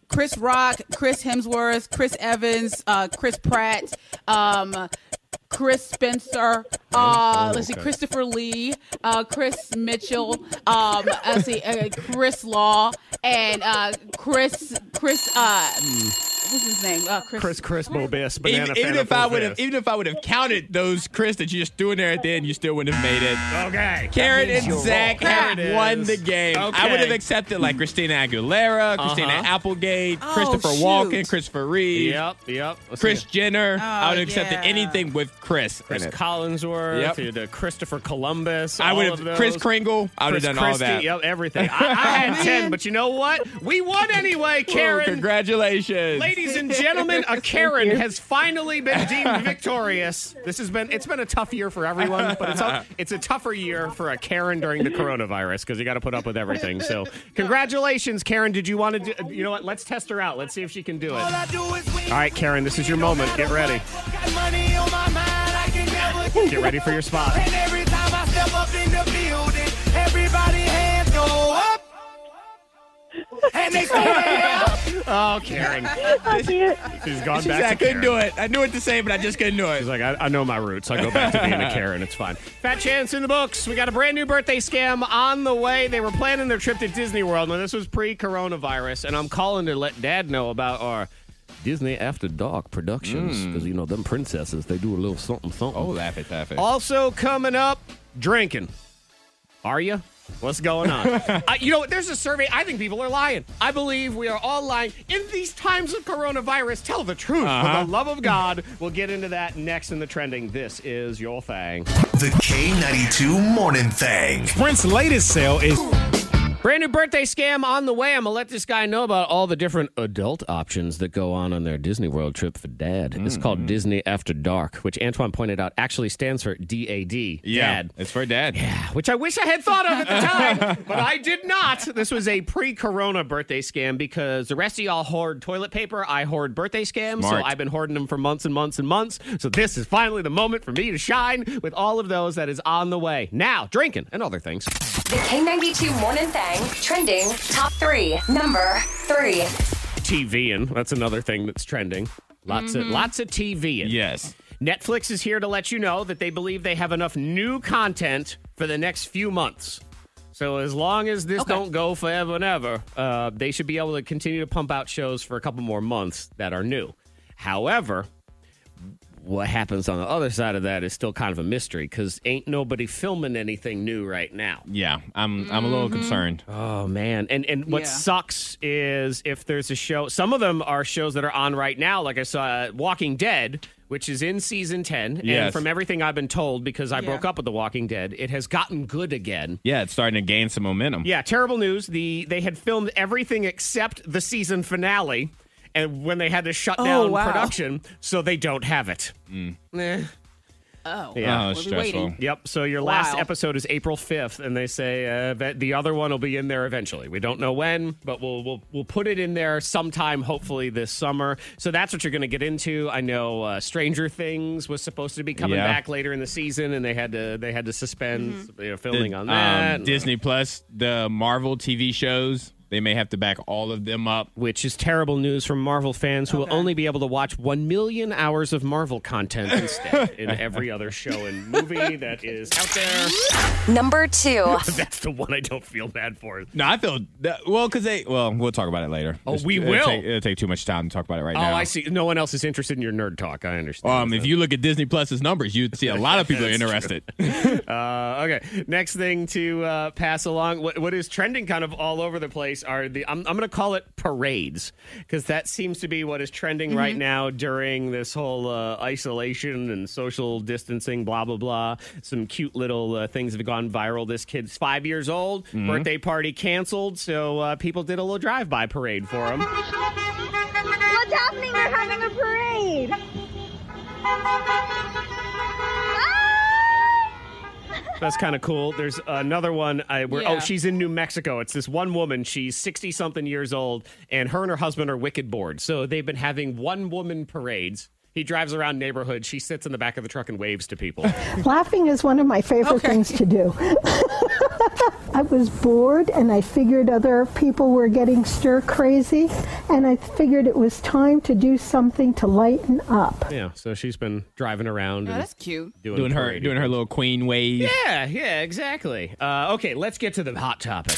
Speaker 5: Chris Rock, Chris Hemsworth, Chris Evans, uh, Chris Pratt, um, Chris Spencer. Uh, let's see, Christopher Lee, uh, Chris Mitchell. Um, let's see, uh, Chris Law and uh, Chris Chris. Uh, What's his name? Uh, Chris.
Speaker 4: Chris Crispo Biss.
Speaker 6: Even, even if I would have even if I would have counted those Chris that you just threw in there at the end, you still wouldn't have made it.
Speaker 4: Okay.
Speaker 6: Karen and
Speaker 4: you're
Speaker 6: Zach
Speaker 4: wrong.
Speaker 6: have
Speaker 4: There it
Speaker 6: won
Speaker 4: is.
Speaker 6: the game. I
Speaker 4: Okay.
Speaker 6: would have accepted like Christina Aguilera, Christina
Speaker 4: Uh-huh.
Speaker 6: Applegate, Christopher
Speaker 5: shoot.
Speaker 6: Walken, Christopher Reeve,
Speaker 4: Yep. Yep. Let's
Speaker 6: Chris
Speaker 4: see.
Speaker 6: Jenner.
Speaker 4: Oh,
Speaker 6: I would have
Speaker 5: yeah.
Speaker 6: accepted anything with Chris. in
Speaker 4: Chris
Speaker 6: it.
Speaker 4: Collinsworth.
Speaker 6: Yep.
Speaker 4: to- to Christopher Columbus.
Speaker 6: I
Speaker 4: all
Speaker 6: would
Speaker 4: of
Speaker 6: have
Speaker 4: those.
Speaker 6: Chris Kringle. I would
Speaker 4: Chris
Speaker 6: have done
Speaker 4: Christie,
Speaker 6: all that.
Speaker 4: Yep, everything. I, I had ten, but you know what? We won anyway,
Speaker 6: Whoa,
Speaker 4: Karen.
Speaker 6: congratulations.
Speaker 4: Ladies and gentlemen, a Karen has finally been deemed victorious. This has been it's been a tough year for everyone, but it's a, it's a tougher year for a Karen during the coronavirus because you got to put up with everything. So, congratulations, Karen. Did you want to do you know what? Let's test her out. Let's see if she can do it. All right, Karen, this is your moment. Get ready. Get ready for your spot. Oh, Karen.
Speaker 8: I can't.
Speaker 4: She's gone
Speaker 6: She's-
Speaker 4: back
Speaker 6: I
Speaker 4: to Karen.
Speaker 6: couldn't do it. I knew what to say, but I just couldn't do it.
Speaker 4: He's like, I, I know my roots. I go back to being a Karen. It's fine. Fat Chance in the books. We got a brand new birthday scam on the way. They were planning their trip to Disney World. Now, this was pre coronavirus, and I'm calling to let dad know about our. Disney After Dark Productions, because you know them princesses, they do a little something, something.
Speaker 6: oh, laugh it, laugh it.
Speaker 4: Also coming up, drinking. Are you? What's going on? uh, you know, what? there's a survey. I think people are lying. I believe we are all lying. In these times of coronavirus, tell the truth.
Speaker 10: Uh-huh.
Speaker 4: For the love of God, we'll get into that next in the trending. This is your thing.
Speaker 11: The K92 Morning Thing.
Speaker 10: Sprint's latest sale is
Speaker 4: Brand new birthday scam on the way. I'm gonna let this guy know about all the different adult options that go on on their Disney World trip for dad. It's
Speaker 10: Mm.
Speaker 4: called Disney After Dark, which Antoine pointed out actually stands for DAD.
Speaker 6: Yeah,
Speaker 4: Dad.
Speaker 6: it's for dad.
Speaker 4: which I wish I had thought of at the time, but I did not. This was a pre-corona birthday scam because the rest of y'all hoard toilet paper. I hoard birthday scams,
Speaker 6: Smart.
Speaker 4: so I've been hoarding them for months and months and months. So this is finally the moment for me to shine with all of those that is on the way. Now, drinking and other things.
Speaker 2: The K92 Morning Thang trending top three. Number three.
Speaker 4: TV and that's another thing that's trending. Lots of lots of TV in.
Speaker 6: Yes.
Speaker 4: Netflix is here to let you know that they believe they have enough new content for the next few months. So as long as this don't go forever and ever, uh, they should be able to continue to pump out shows for a couple more months that are new. However, what happens on the other side of that is still kind of a mystery because ain't nobody filming anything new right now.
Speaker 6: Yeah, I'm. I'm a little concerned.
Speaker 4: Oh man, and and what
Speaker 5: Yeah.
Speaker 4: sucks is if there's a show. Some of them are shows that are on right now. Like I saw uh, Walking Dead, which is in season ten,
Speaker 6: Yes.
Speaker 4: and from everything I've been told, because I
Speaker 5: Yeah.
Speaker 4: broke up with The Walking Dead, it has gotten good again.
Speaker 6: Yeah, it's starting to gain some momentum.
Speaker 4: Yeah, terrible news. The they had filmed everything except the season finale, and when they had to shut down
Speaker 5: Oh, wow.
Speaker 4: production, so they don't have it. Eh.
Speaker 5: Oh,
Speaker 4: Yeah.
Speaker 6: Oh,
Speaker 5: We'll be
Speaker 6: stressful.
Speaker 5: waiting.
Speaker 4: Yep. So your last
Speaker 5: Wow.
Speaker 4: episode is April fifth, and they say uh, that the other one will be in there eventually. We don't know when, but we'll we'll we'll put it in there sometime, hopefully this summer. So that's what you're going to get into. I know uh, Stranger Things was supposed to be coming
Speaker 6: Yeah.
Speaker 4: back later in the season, and they had to they had to suspend you know, filming
Speaker 6: The,
Speaker 4: on
Speaker 6: um,
Speaker 4: that.
Speaker 6: Disney Plus, the Marvel TV shows, they may have to back all of them up.
Speaker 4: Which is terrible news from Marvel fans who will only be able to watch 1 million hours of Marvel content instead in every other show and movie that is out there.
Speaker 2: Number two.
Speaker 4: That's the one I don't feel bad for.
Speaker 6: No, I feel that, well because they. Well, we'll talk about it later.
Speaker 4: Oh,
Speaker 6: It's-
Speaker 4: we
Speaker 6: it'll
Speaker 4: will.
Speaker 6: Take, it'll take too much time to talk about it right
Speaker 4: Oh,
Speaker 6: now.
Speaker 4: I see. No one else is interested in your nerd talk. I understand.
Speaker 6: Um, if you look at Disney Plus's numbers, you'd see a lot of people are interested.
Speaker 4: Uh, okay. Next thing to uh, pass along. What what is trending kind of all over the place place are the I'm, I'm going to call it parades because that seems to be what is trending right now during this whole uh, isolation and social distancing, blah blah blah. Some cute little uh, things have gone viral. This kid's five years old, birthday party canceled, so uh, people did a little drive-by parade for him.
Speaker 10: What's happening? They're having a parade.
Speaker 4: That's kind of cool. There's another one. I, where, Oh,
Speaker 5: Yeah.
Speaker 4: she's in New Mexico. It's this one woman. She's 60 something years old, and her and her husband are wicked bored. So they've been having one woman parades. He drives around neighborhood. She sits in the back of the truck and waves to people.
Speaker 12: Laughing is one of my favorite things to do. I was bored and I figured other people were getting stir crazy and I figured it was time to do something to lighten up.
Speaker 4: yeah. So she's been driving around.
Speaker 5: Oh,
Speaker 4: and
Speaker 5: that's cute.
Speaker 4: doing,
Speaker 6: doing her
Speaker 4: parade.
Speaker 6: doing her little queen wave.
Speaker 4: Yeah. Yeah. Exactly. Uh, okay. Let's get to the hot topic.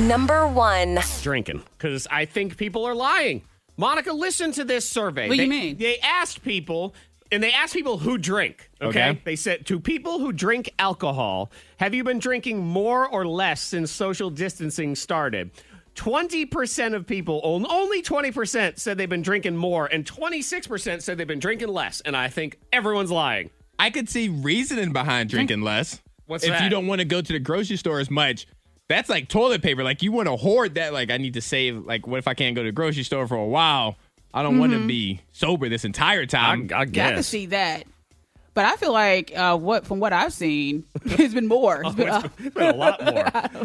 Speaker 2: Number one.
Speaker 4: drinking because I think people are lying. Monica, listen to this survey.
Speaker 5: What do
Speaker 4: they,
Speaker 5: you mean?
Speaker 4: They asked people, and they asked people who drink. Okay?
Speaker 6: Okay.
Speaker 4: They said to people who drink alcohol, have you been drinking more or less since social distancing started? 20% of people, on- only 20% said they've been drinking more, and 26% said they've been drinking less. And I think everyone's lying.
Speaker 6: I could see reasoning behind drinking less.
Speaker 4: What's
Speaker 6: if
Speaker 4: that?
Speaker 6: you don't want to go to the grocery store as much? That's like toilet paper. Like you want to hoard that. Like I need to save. Like what if I can't go to the grocery store for a while? I don't want to be sober this entire time.
Speaker 4: Mm-hmm. I
Speaker 5: Yeah, I can see that. But I feel like uh, what from what I've seen, it's been more. It's been up.
Speaker 4: It's been a lot more.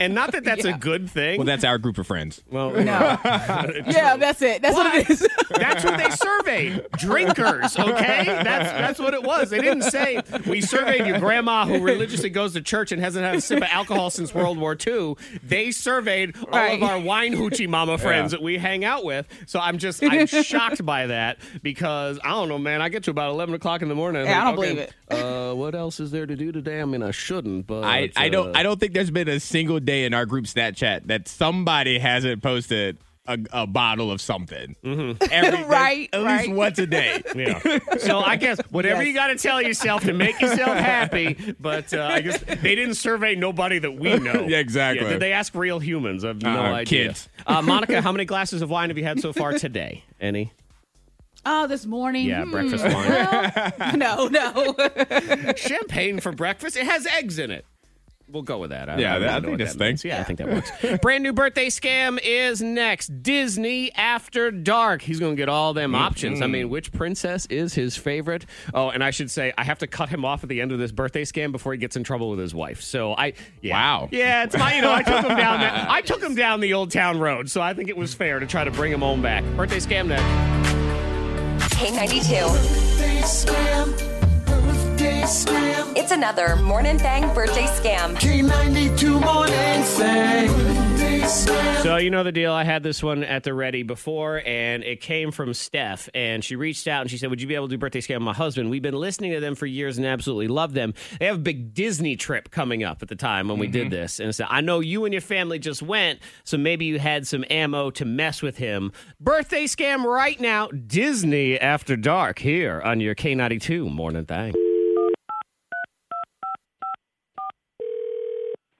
Speaker 4: And not that that's a good thing.
Speaker 6: well, that's our group of friends.
Speaker 4: well,
Speaker 5: yeah, that's it. That's what it is.
Speaker 4: That's what they surveyed. Drinkers, okay? That's that's what it was. They didn't say we surveyed your grandma who religiously goes to church and hasn't had a sip of alcohol since World War II. They surveyed all
Speaker 5: Right.
Speaker 4: of our wine hoochie mama friends that we hang out with. So I'm just I'm shocked by that because I don't know, man. I get to about eleven o'clock in the morning. and
Speaker 5: Yeah,
Speaker 4: I'm
Speaker 5: I don't
Speaker 4: like, okay, Uh, what else is there to do today? I mean, I shouldn't, but
Speaker 6: I, I
Speaker 4: uh,
Speaker 6: don't I don't think there's been a single day in our group Snapchat that somebody hasn't posted a, a bottle of something.
Speaker 4: Mm-hmm.
Speaker 6: Every,
Speaker 5: Right,
Speaker 6: at
Speaker 5: right.
Speaker 6: least once a day.
Speaker 4: Yeah. So I guess whatever
Speaker 5: Yes.
Speaker 4: you got to tell yourself to make yourself happy. But uh, I guess they didn't survey nobody that we know.
Speaker 6: Yeah, exactly.
Speaker 4: did they ask real humans? I have no
Speaker 6: Uh-uh,
Speaker 4: idea.
Speaker 6: kids.
Speaker 4: Uh, Monica, how many glasses of wine have you had so far today? Any?
Speaker 5: Oh, this morning.
Speaker 4: Yeah,
Speaker 5: hmm.
Speaker 4: breakfast wine.
Speaker 5: No, no.
Speaker 4: Champagne for breakfast. It has eggs in it. We'll go with that. I,
Speaker 6: Yeah,
Speaker 4: I,
Speaker 6: that-
Speaker 4: don't
Speaker 6: I
Speaker 4: know
Speaker 6: think
Speaker 4: what
Speaker 6: that's
Speaker 4: that means.
Speaker 6: thing.
Speaker 4: Yeah, I think that works. Brand new birthday scam is next. Disney After Dark. He's going to get all them options. I
Speaker 6: Mm-hmm.
Speaker 4: mean, which princess is his favorite? Oh, and I should say, I have to cut him off at the end of this birthday scam before he gets in trouble with his wife. So I, yeah.
Speaker 6: Wow.
Speaker 4: Yeah, it's my, you know, I took him down that, I took him down the old town road. So I think it was fair to try to bring him home back. Birthday scam next.
Speaker 2: K92. It's another Morning Thang birthday scam.
Speaker 11: K92 Morning Thang.
Speaker 4: So you know the deal. I had this one at the ready before, and it came from Steph, and she reached out and she said, "Would you be able to do birthday scam with my husband? We've been listening to them for years and absolutely love them. They have a big Disney trip coming up at the time when we did this, and so I know you and your family just went, so maybe you had some ammo to mess with him. Birthday scam right now, Disney after dark here on your K ninety two morning thing.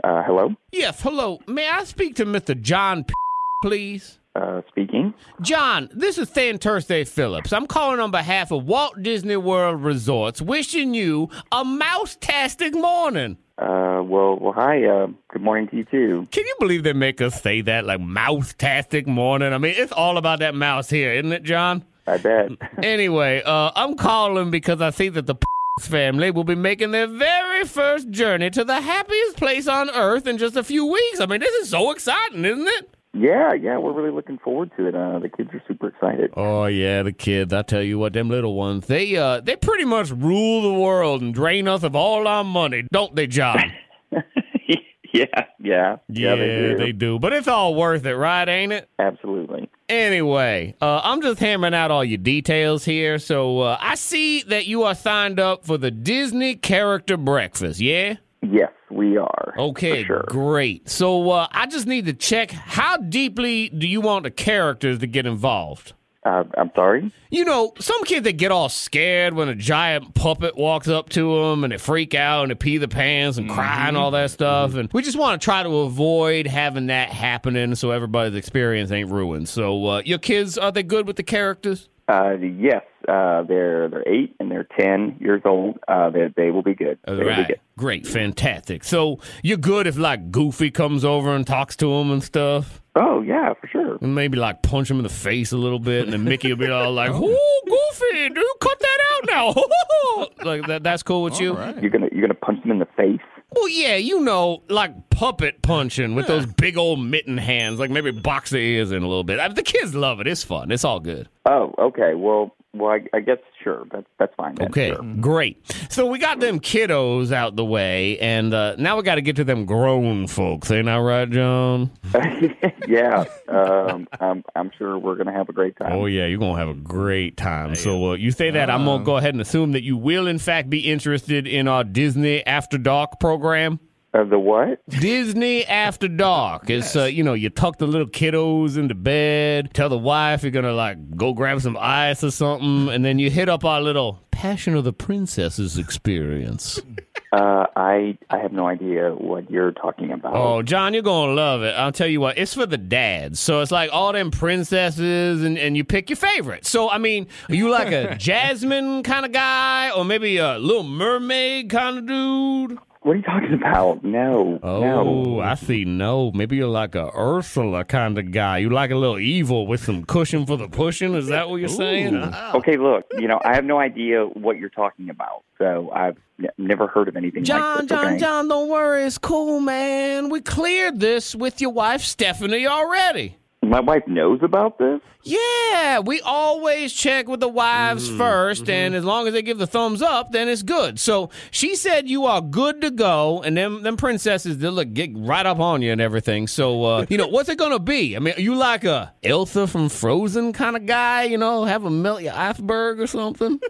Speaker 9: Uh, hello.
Speaker 4: Yes, hello. May I speak to Mister John, P- please?
Speaker 9: Uh, speaking.
Speaker 4: John, this is Than Thursday Phillips. I'm calling on behalf of Walt Disney World Resorts, wishing you a mouse-tastic morning.
Speaker 9: Uh, well, well, hi. Uh, good morning to you too.
Speaker 4: Can you believe they make us say that, like mouse-tastic morning? I mean, it's all about that mouse here, isn't it, John?
Speaker 9: I bet.
Speaker 4: Anyway, uh, I'm calling because I see that the family will be making their very first journey to the happiest place on earth in just a few weeks. I mean, this is so exciting, isn't it?
Speaker 9: yeah, yeah, we're really looking forward to it. Uh, the kids are super excited.
Speaker 4: Oh yeah, the kids. I tell you what, them little ones, they uh they pretty much rule the world and drain us of all our money, don't they, John?
Speaker 9: yeah, yeah, yeah. they do.
Speaker 4: But it's all worth it, right, ain't it?
Speaker 9: Absolutely.
Speaker 4: Anyway, uh, I'm just hammering out all your details here. So uh, I see that you are signed up for the Disney character breakfast, yeah?
Speaker 9: Yes, we are.
Speaker 4: Okay,
Speaker 9: for sure.
Speaker 4: great. So uh, I just need to check how deeply do you want the characters to get involved?
Speaker 9: Uh, I'm sorry.
Speaker 4: You know, some kids that get all scared when a giant puppet walks up to them and they freak out and they pee the pants and cry and all that stuff. And we just want to try to avoid having that happening so everybody's experience ain't ruined. So, uh, your kids, are they good with the characters?
Speaker 9: Uh, yes, uh, they're they're eight and they're ten years old. Uh, they they will be good. They will be good.
Speaker 4: Right. Great. Fantastic. So, you're good if, like, Goofy comes over and talks to them and stuff?
Speaker 9: Oh, yeah, for sure.
Speaker 4: And maybe, like, punch him in the face a little bit, and then Mickey will be all like, "Ooh, Goofy, dude, cut that out now!" like that. That's cool with you.
Speaker 9: You're gonna you're gonna punch them in the face.
Speaker 4: Well, yeah, you know, like puppet punching with those big old mitten hands. Like maybe box their ears in a little bit. I, the kids love it. It's fun. It's all good.
Speaker 9: Oh, okay. Well, well, I, I guess sure. That's that's fine. Then.
Speaker 4: Okay, great. So we got them kiddos out the way, and uh, now we got to get to them grown folks. Ain't that right, John?
Speaker 9: yeah, um, I'm I'm sure we're gonna have a great time.
Speaker 4: Oh yeah, you're gonna have a great time. So uh, you say that I'm gonna go ahead and assume that you will in fact be interested in our Disney After Dark program.
Speaker 9: Uh, the what?
Speaker 4: Disney After Dark. It's uh, you know you tuck the little kiddos into bed, tell the wife you're gonna like go grab some ice or something, and then you hit up our little Passion of the Princesses experience.
Speaker 9: Uh, I I have no idea what you're talking about.
Speaker 4: Oh, John, you're gonna love it. I'll tell you what, it's for the dads. So it's like all them princesses, and, and you pick your favorite. So I mean, are you like a Jasmine kind of guy, or maybe a Little Mermaid kind of dude?
Speaker 9: What are you talking about? No,
Speaker 4: Oh,
Speaker 9: no.
Speaker 4: I see. No, maybe you're like a Ursula kind of guy. You like a little evil with some cushion for the pushing. Is that what you're saying?
Speaker 9: Okay, look, you know, I have no idea what you're talking about, so I've n- never heard of anything
Speaker 4: John,
Speaker 9: like this.
Speaker 4: John,
Speaker 9: okay?
Speaker 4: John, don't worry. It's cool, man. We cleared this with your wife, Stephanie, already.
Speaker 9: My wife knows about this.
Speaker 4: Yeah, we always check with the wives 1st and as long as they give the thumbs up, then it's good. So she said you are good to go, and them them princesses they'll look, get right up on you and everything. So uh, you know what's it gonna be? I mean, are you like a Elsa from Frozen kind of guy? You know, have a melt your iceberg or something?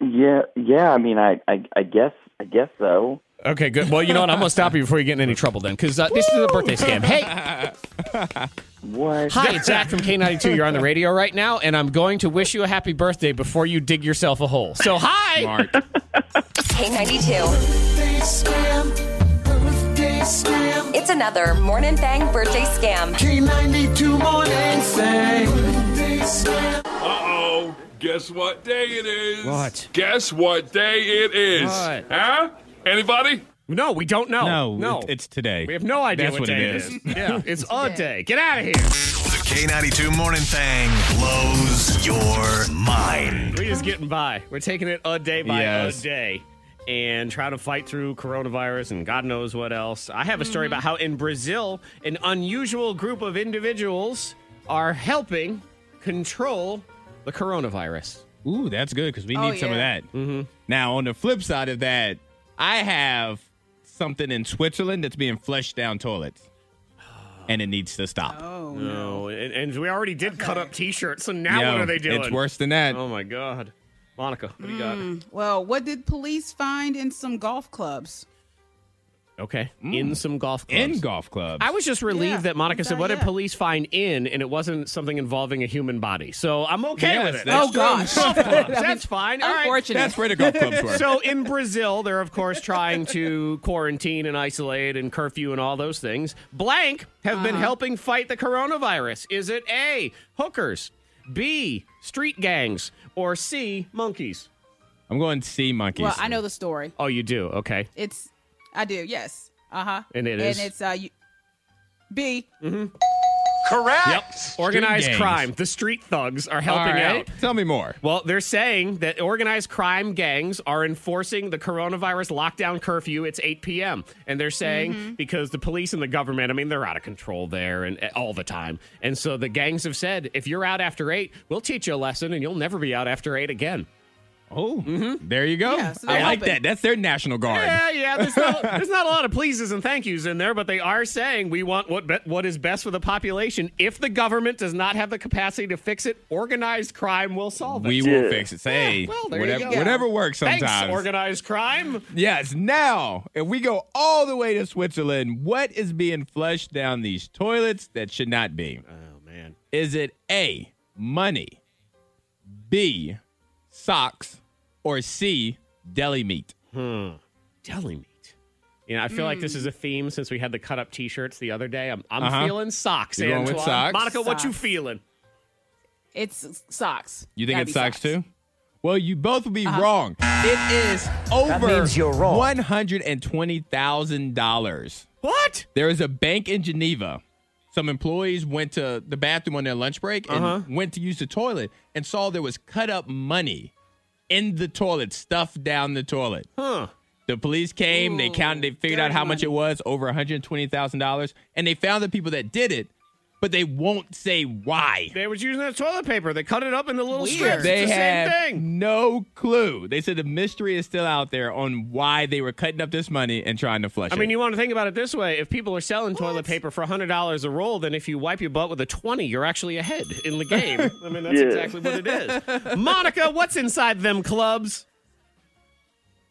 Speaker 9: Yeah, yeah. I mean, I, I, I guess, I guess so.
Speaker 4: Okay, good. Well, you know what? I'm gonna stop you before you get in any trouble then, because uh, this is a birthday scam. Hey,
Speaker 9: What?
Speaker 4: hi, it's Zach from K92. You're on the radio right now, and I'm going to wish you a happy birthday before you dig yourself a hole. So hi.
Speaker 6: Mark.
Speaker 2: K92.
Speaker 13: Birthday scam. Birthday scam.
Speaker 2: It's another Morning Thang birthday scam.
Speaker 13: K92 morning thing. Birthday scam.
Speaker 14: Uh-oh. Guess what day it is?
Speaker 4: What?
Speaker 14: Guess what day it is?
Speaker 4: What?
Speaker 14: Huh? Anybody?
Speaker 4: No, we don't know.
Speaker 6: No,
Speaker 4: no.
Speaker 6: it- it's today.
Speaker 4: we have no idea
Speaker 6: That's
Speaker 4: what,
Speaker 6: what
Speaker 4: day it
Speaker 6: it
Speaker 4: is.
Speaker 6: is.
Speaker 4: yeah, it's a day. Get out of here.
Speaker 15: The K92 Morning Thang blows your mind.
Speaker 16: We're just getting by. We're taking it a day by
Speaker 6: Yes.
Speaker 16: a day and trying to fight through coronavirus and God knows what else. I have a story about how in Brazil, an unusual group of individuals are helping control the coronavirus.
Speaker 6: Ooh, that's good because we need
Speaker 5: Oh,
Speaker 6: some of
Speaker 5: yeah.
Speaker 6: that.
Speaker 4: Mm-hmm.
Speaker 6: Now, on the flip side of that, I have something in Switzerland that's being flushed down toilets, and it needs to stop.
Speaker 5: Oh,
Speaker 16: No, and, and we already did cut up t shirts, so now
Speaker 6: Yo,
Speaker 16: what are they doing?
Speaker 6: It's worse than that.
Speaker 16: Oh my God. Monica, what do you
Speaker 5: Well, what did police find in some golf clubs?
Speaker 16: got? Okay. Mm. In some golf clubs.
Speaker 6: In golf clubs.
Speaker 16: I was just relieved
Speaker 5: Yeah,
Speaker 16: that Monica
Speaker 5: I'm
Speaker 16: said,
Speaker 5: sorry,
Speaker 16: "What did
Speaker 5: yeah.
Speaker 16: police find in?" And it wasn't something involving a human body, so I'm okay
Speaker 6: Yes,
Speaker 16: with it.
Speaker 6: that's
Speaker 5: Oh, true. gosh.
Speaker 16: Golf clubs, that's fine. All right.
Speaker 5: Unfortunate.
Speaker 6: that's where the golf clubs were.
Speaker 16: So in Brazil, they're of course trying to quarantine and isolate and curfew and all those things. Blank have
Speaker 5: Uh-huh.
Speaker 16: been helping fight the coronavirus. Is it A, hookers, B, street gangs, or C, monkeys?
Speaker 6: I'm going to see monkeys.
Speaker 5: Well, I know the story.
Speaker 16: Oh, you do. Okay.
Speaker 5: It's I do. Yes. Uh huh.
Speaker 16: And it is?
Speaker 5: And it's uh you, B.
Speaker 16: Yep. Organized
Speaker 6: gangs.
Speaker 16: crime. The street thugs are helping
Speaker 6: All right,
Speaker 16: out.
Speaker 6: Tell me more.
Speaker 16: Well, they're saying that organized crime gangs are enforcing the coronavirus lockdown curfew. It's 8 p.m. And they're saying
Speaker 6: Mm-hmm.
Speaker 16: because the police and the government, I mean, they're out of control there and and all the time. And so the gangs have said, if you're out after 8, we'll teach you a lesson and you'll never be out after 8 again.
Speaker 6: Oh, there you go.
Speaker 5: Yeah, so
Speaker 6: I
Speaker 5: they're
Speaker 6: like
Speaker 5: helping.
Speaker 6: that. That's their national guard.
Speaker 16: Yeah, yeah. There's not, there's not a lot of pleases and thank yous in there, but they are saying we want what be- what is best for the population. If the government does not have the capacity to fix it, organized crime will solve it.
Speaker 6: We will fix it. Say
Speaker 16: Yeah, well, there you
Speaker 6: whatever,
Speaker 16: go.
Speaker 6: whatever works sometimes.
Speaker 16: Thanks, organized crime.
Speaker 6: Yes. Now, if we go all the way to Switzerland, what is being flushed down these toilets that should not be?
Speaker 16: Oh man.
Speaker 6: Is it A, money, B, socks, or C, deli meat?
Speaker 4: Hmm. Deli meat. You know, I feel like this is a theme since we had the cut up t shirts the other day. I'm, I'm
Speaker 6: Uh-huh.
Speaker 4: feeling socks.
Speaker 6: You're going with
Speaker 4: Antoine.
Speaker 6: socks?
Speaker 4: Monica, what you
Speaker 5: Socks.
Speaker 4: feeling?
Speaker 5: It's socks.
Speaker 6: You think
Speaker 5: Gotta
Speaker 6: it's
Speaker 5: be
Speaker 6: socks, too? Well, you both would be
Speaker 5: Uh-huh.
Speaker 6: wrong. It is over
Speaker 17: means you're wrong.
Speaker 6: one hundred and twenty thousand dollars.
Speaker 4: What?
Speaker 6: There is a bank in Geneva. Some employees went to the bathroom on their lunch break and
Speaker 4: Uh-huh.
Speaker 6: went to use the toilet and saw there was cut up money in the toilet, stuffed down the toilet.
Speaker 4: Huh.
Speaker 6: The police came, they counted, they figured out how much it was, over $120,000, and they found the people that did it, but they won't say why.
Speaker 4: They was using that toilet paper. They cut it up into little strips.
Speaker 6: They
Speaker 4: it's the
Speaker 6: have
Speaker 4: same thing.
Speaker 6: no clue. They said the mystery is still out there on why they were cutting up this money and trying to flush
Speaker 4: I
Speaker 6: it.
Speaker 4: mean, you want to think about it this way: if people are selling toilet paper for hundred dollars a roll, then if you wipe your butt with a twenty, you're actually ahead in the game. I mean, that's
Speaker 11: Yeah.
Speaker 4: exactly what it is. Monica, what's inside them clubs?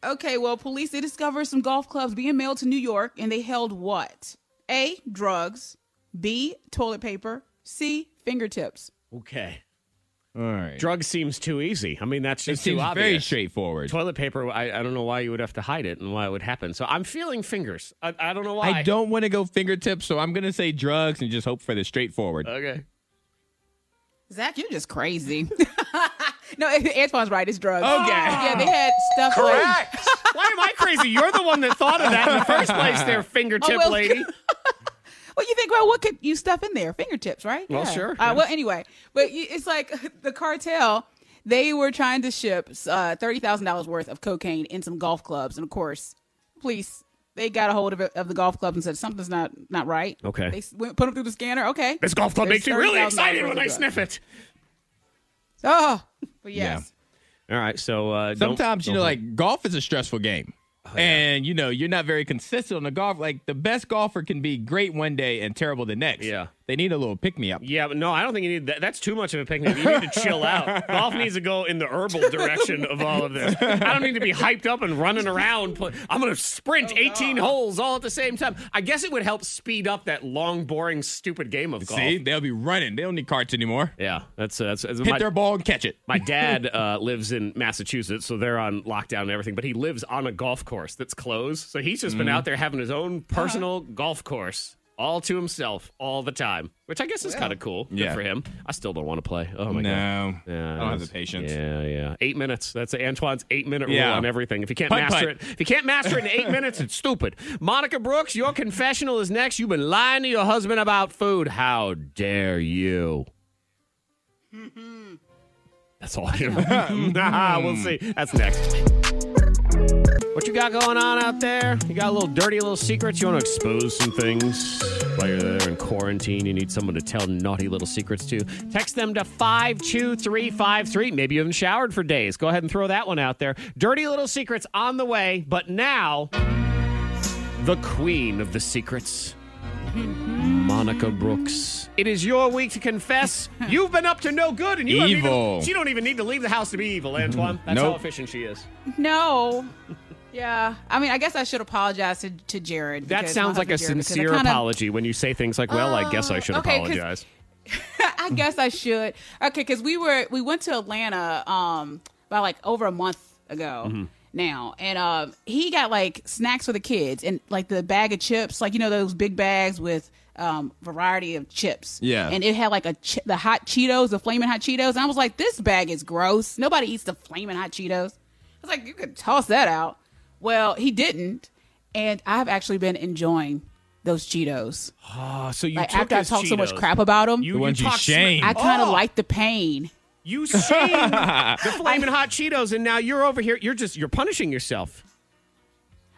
Speaker 5: Okay, well, police did discover some golf clubs being mailed to New York, and they held what? A. Drugs. B. Toilet paper. C. Fingertips.
Speaker 4: Okay,
Speaker 6: All right.
Speaker 4: drugs seems too easy. I mean, that's
Speaker 6: It
Speaker 4: just too
Speaker 6: seems
Speaker 4: obvious.
Speaker 6: very straightforward.
Speaker 4: Toilet paper. I, I don't know why you would have to hide it and why it would happen. So I'm feeling fingers. I, I don't know why.
Speaker 6: I don't want to go fingertips, so I'm going to say drugs and just hope for the straightforward.
Speaker 4: Okay.
Speaker 5: Zach, you're just crazy. no, Antoine's right. It's drugs.
Speaker 6: Okay.
Speaker 5: Yeah, they had stuff like.
Speaker 4: Why am I crazy? You're the one that thought of that in the first place, there, fingertip
Speaker 5: Oh, well,
Speaker 4: lady.
Speaker 5: Well, you think, well, what could you stuff in there? Fingertips, right?
Speaker 4: Well, sure,
Speaker 5: Uh,
Speaker 4: yeah.
Speaker 5: Well, anyway, but you, it's like the cartel. They were trying to ship uh, thirty thousand dollars worth of cocaine in some golf clubs, and of course, police they got a hold of, it, of the golf clubs and said something's not not right.
Speaker 4: Okay.
Speaker 5: they s- went, put them through the scanner. Okay,
Speaker 4: This golf club
Speaker 5: There's
Speaker 4: makes me really
Speaker 5: $30,000
Speaker 4: excited
Speaker 5: worth
Speaker 4: when
Speaker 5: of
Speaker 4: I
Speaker 5: drugs.
Speaker 4: sniff it.
Speaker 5: Oh, but yes,
Speaker 4: All right, so uh, don't- Oh,
Speaker 6: Sometimes, you
Speaker 4: don't-
Speaker 6: know, like golf is a stressful game. And, you know, you're not very consistent on the golf. Like, the best golfer can be great one day and terrible the next.
Speaker 4: Yeah.
Speaker 6: They need a little pick me up.
Speaker 4: Yeah, but no, I don't think you need that. That's too much of a picnic. You need to chill out. Golf needs to go in the herbal direction of all of this. I don't need to be hyped up and running around. pl- I'm going to sprint 18 holes all at the same time. I guess it would help speed up that long, boring, stupid game of golf.
Speaker 6: See, they'll be running. They don't need carts anymore.
Speaker 4: Yeah, that's uh, that's, that's
Speaker 6: Hit
Speaker 4: my,
Speaker 6: their ball and catch it.
Speaker 4: my dad uh, lives in Massachusetts, so they're on lockdown and everything. But he lives on a golf course that's closed, so he's
Speaker 6: Mm.
Speaker 4: just been out there having his own
Speaker 6: Uh-huh.
Speaker 4: personal golf course. All to himself, all the time, which I guess is kind of cool. Good
Speaker 6: Yeah.
Speaker 4: for him. I still don't want to play. Oh my god!
Speaker 6: no.
Speaker 4: Yeah,
Speaker 6: I don't have
Speaker 4: that's-
Speaker 6: the patience.
Speaker 4: Yeah, yeah. Eight minutes. That's Antoine's eight minute rule
Speaker 6: Yeah.
Speaker 4: on everything. If you can't
Speaker 6: Putt,
Speaker 4: master
Speaker 6: putt.
Speaker 4: it, if you can't master it in eight minutes, it's stupid. Monica Brooks, your confessional is next. You've been lying to your husband about food. How dare you? That's all I do. nah, we'll see. That's next. What you got going on out there? You got a little dirty little secrets? You want to expose some things while you're there in quarantine? You need someone to tell naughty little secrets to? Text them to 52353. Maybe you haven't showered for days. Go ahead and throw that one out there. Dirty little secrets on the way, but now, the queen of the secrets. Monica Brooks. It is your week to confess. You've been up to no good, and you haven't even-
Speaker 6: Evil.
Speaker 4: she don't even need to leave the house to be evil, Antoine. That's how
Speaker 6: Nope.
Speaker 4: efficient she is.
Speaker 5: no. Yeah, I mean, I guess I should apologize to, to Jared.
Speaker 4: That
Speaker 5: because my
Speaker 4: sounds like a
Speaker 5: husband Jared, because I
Speaker 4: sincere
Speaker 5: kinda-
Speaker 4: apology when you say things like, "Well, I guess I should
Speaker 5: Uh, okay, 'cause-
Speaker 4: apologize."
Speaker 5: I guess I should. Okay, because we were we went to Atlanta um about like over a month ago now, and um he got like snacks for the kids and like the bag of chips, like you know those big bags with um variety of chips.
Speaker 6: Yeah.
Speaker 5: and it had like a ch- the hot Cheetos, the flaming hot Cheetos, and I was like, this bag is gross. Nobody eats the flaming hot Cheetos. I was like, you could toss that out. Well, he didn't, and I've actually been enjoying those Cheetos.
Speaker 4: Oh, so you
Speaker 5: Like
Speaker 4: took
Speaker 5: after I
Speaker 4: his
Speaker 5: talked so much
Speaker 4: Cheetos.
Speaker 5: crap about them,
Speaker 6: The ones you
Speaker 4: talked sma-
Speaker 6: shamed.
Speaker 5: I kind of
Speaker 4: Oh,
Speaker 5: like the pain.
Speaker 4: you shamed the flaming hot Cheetos, and now you're over here. You're just you're punishing yourself.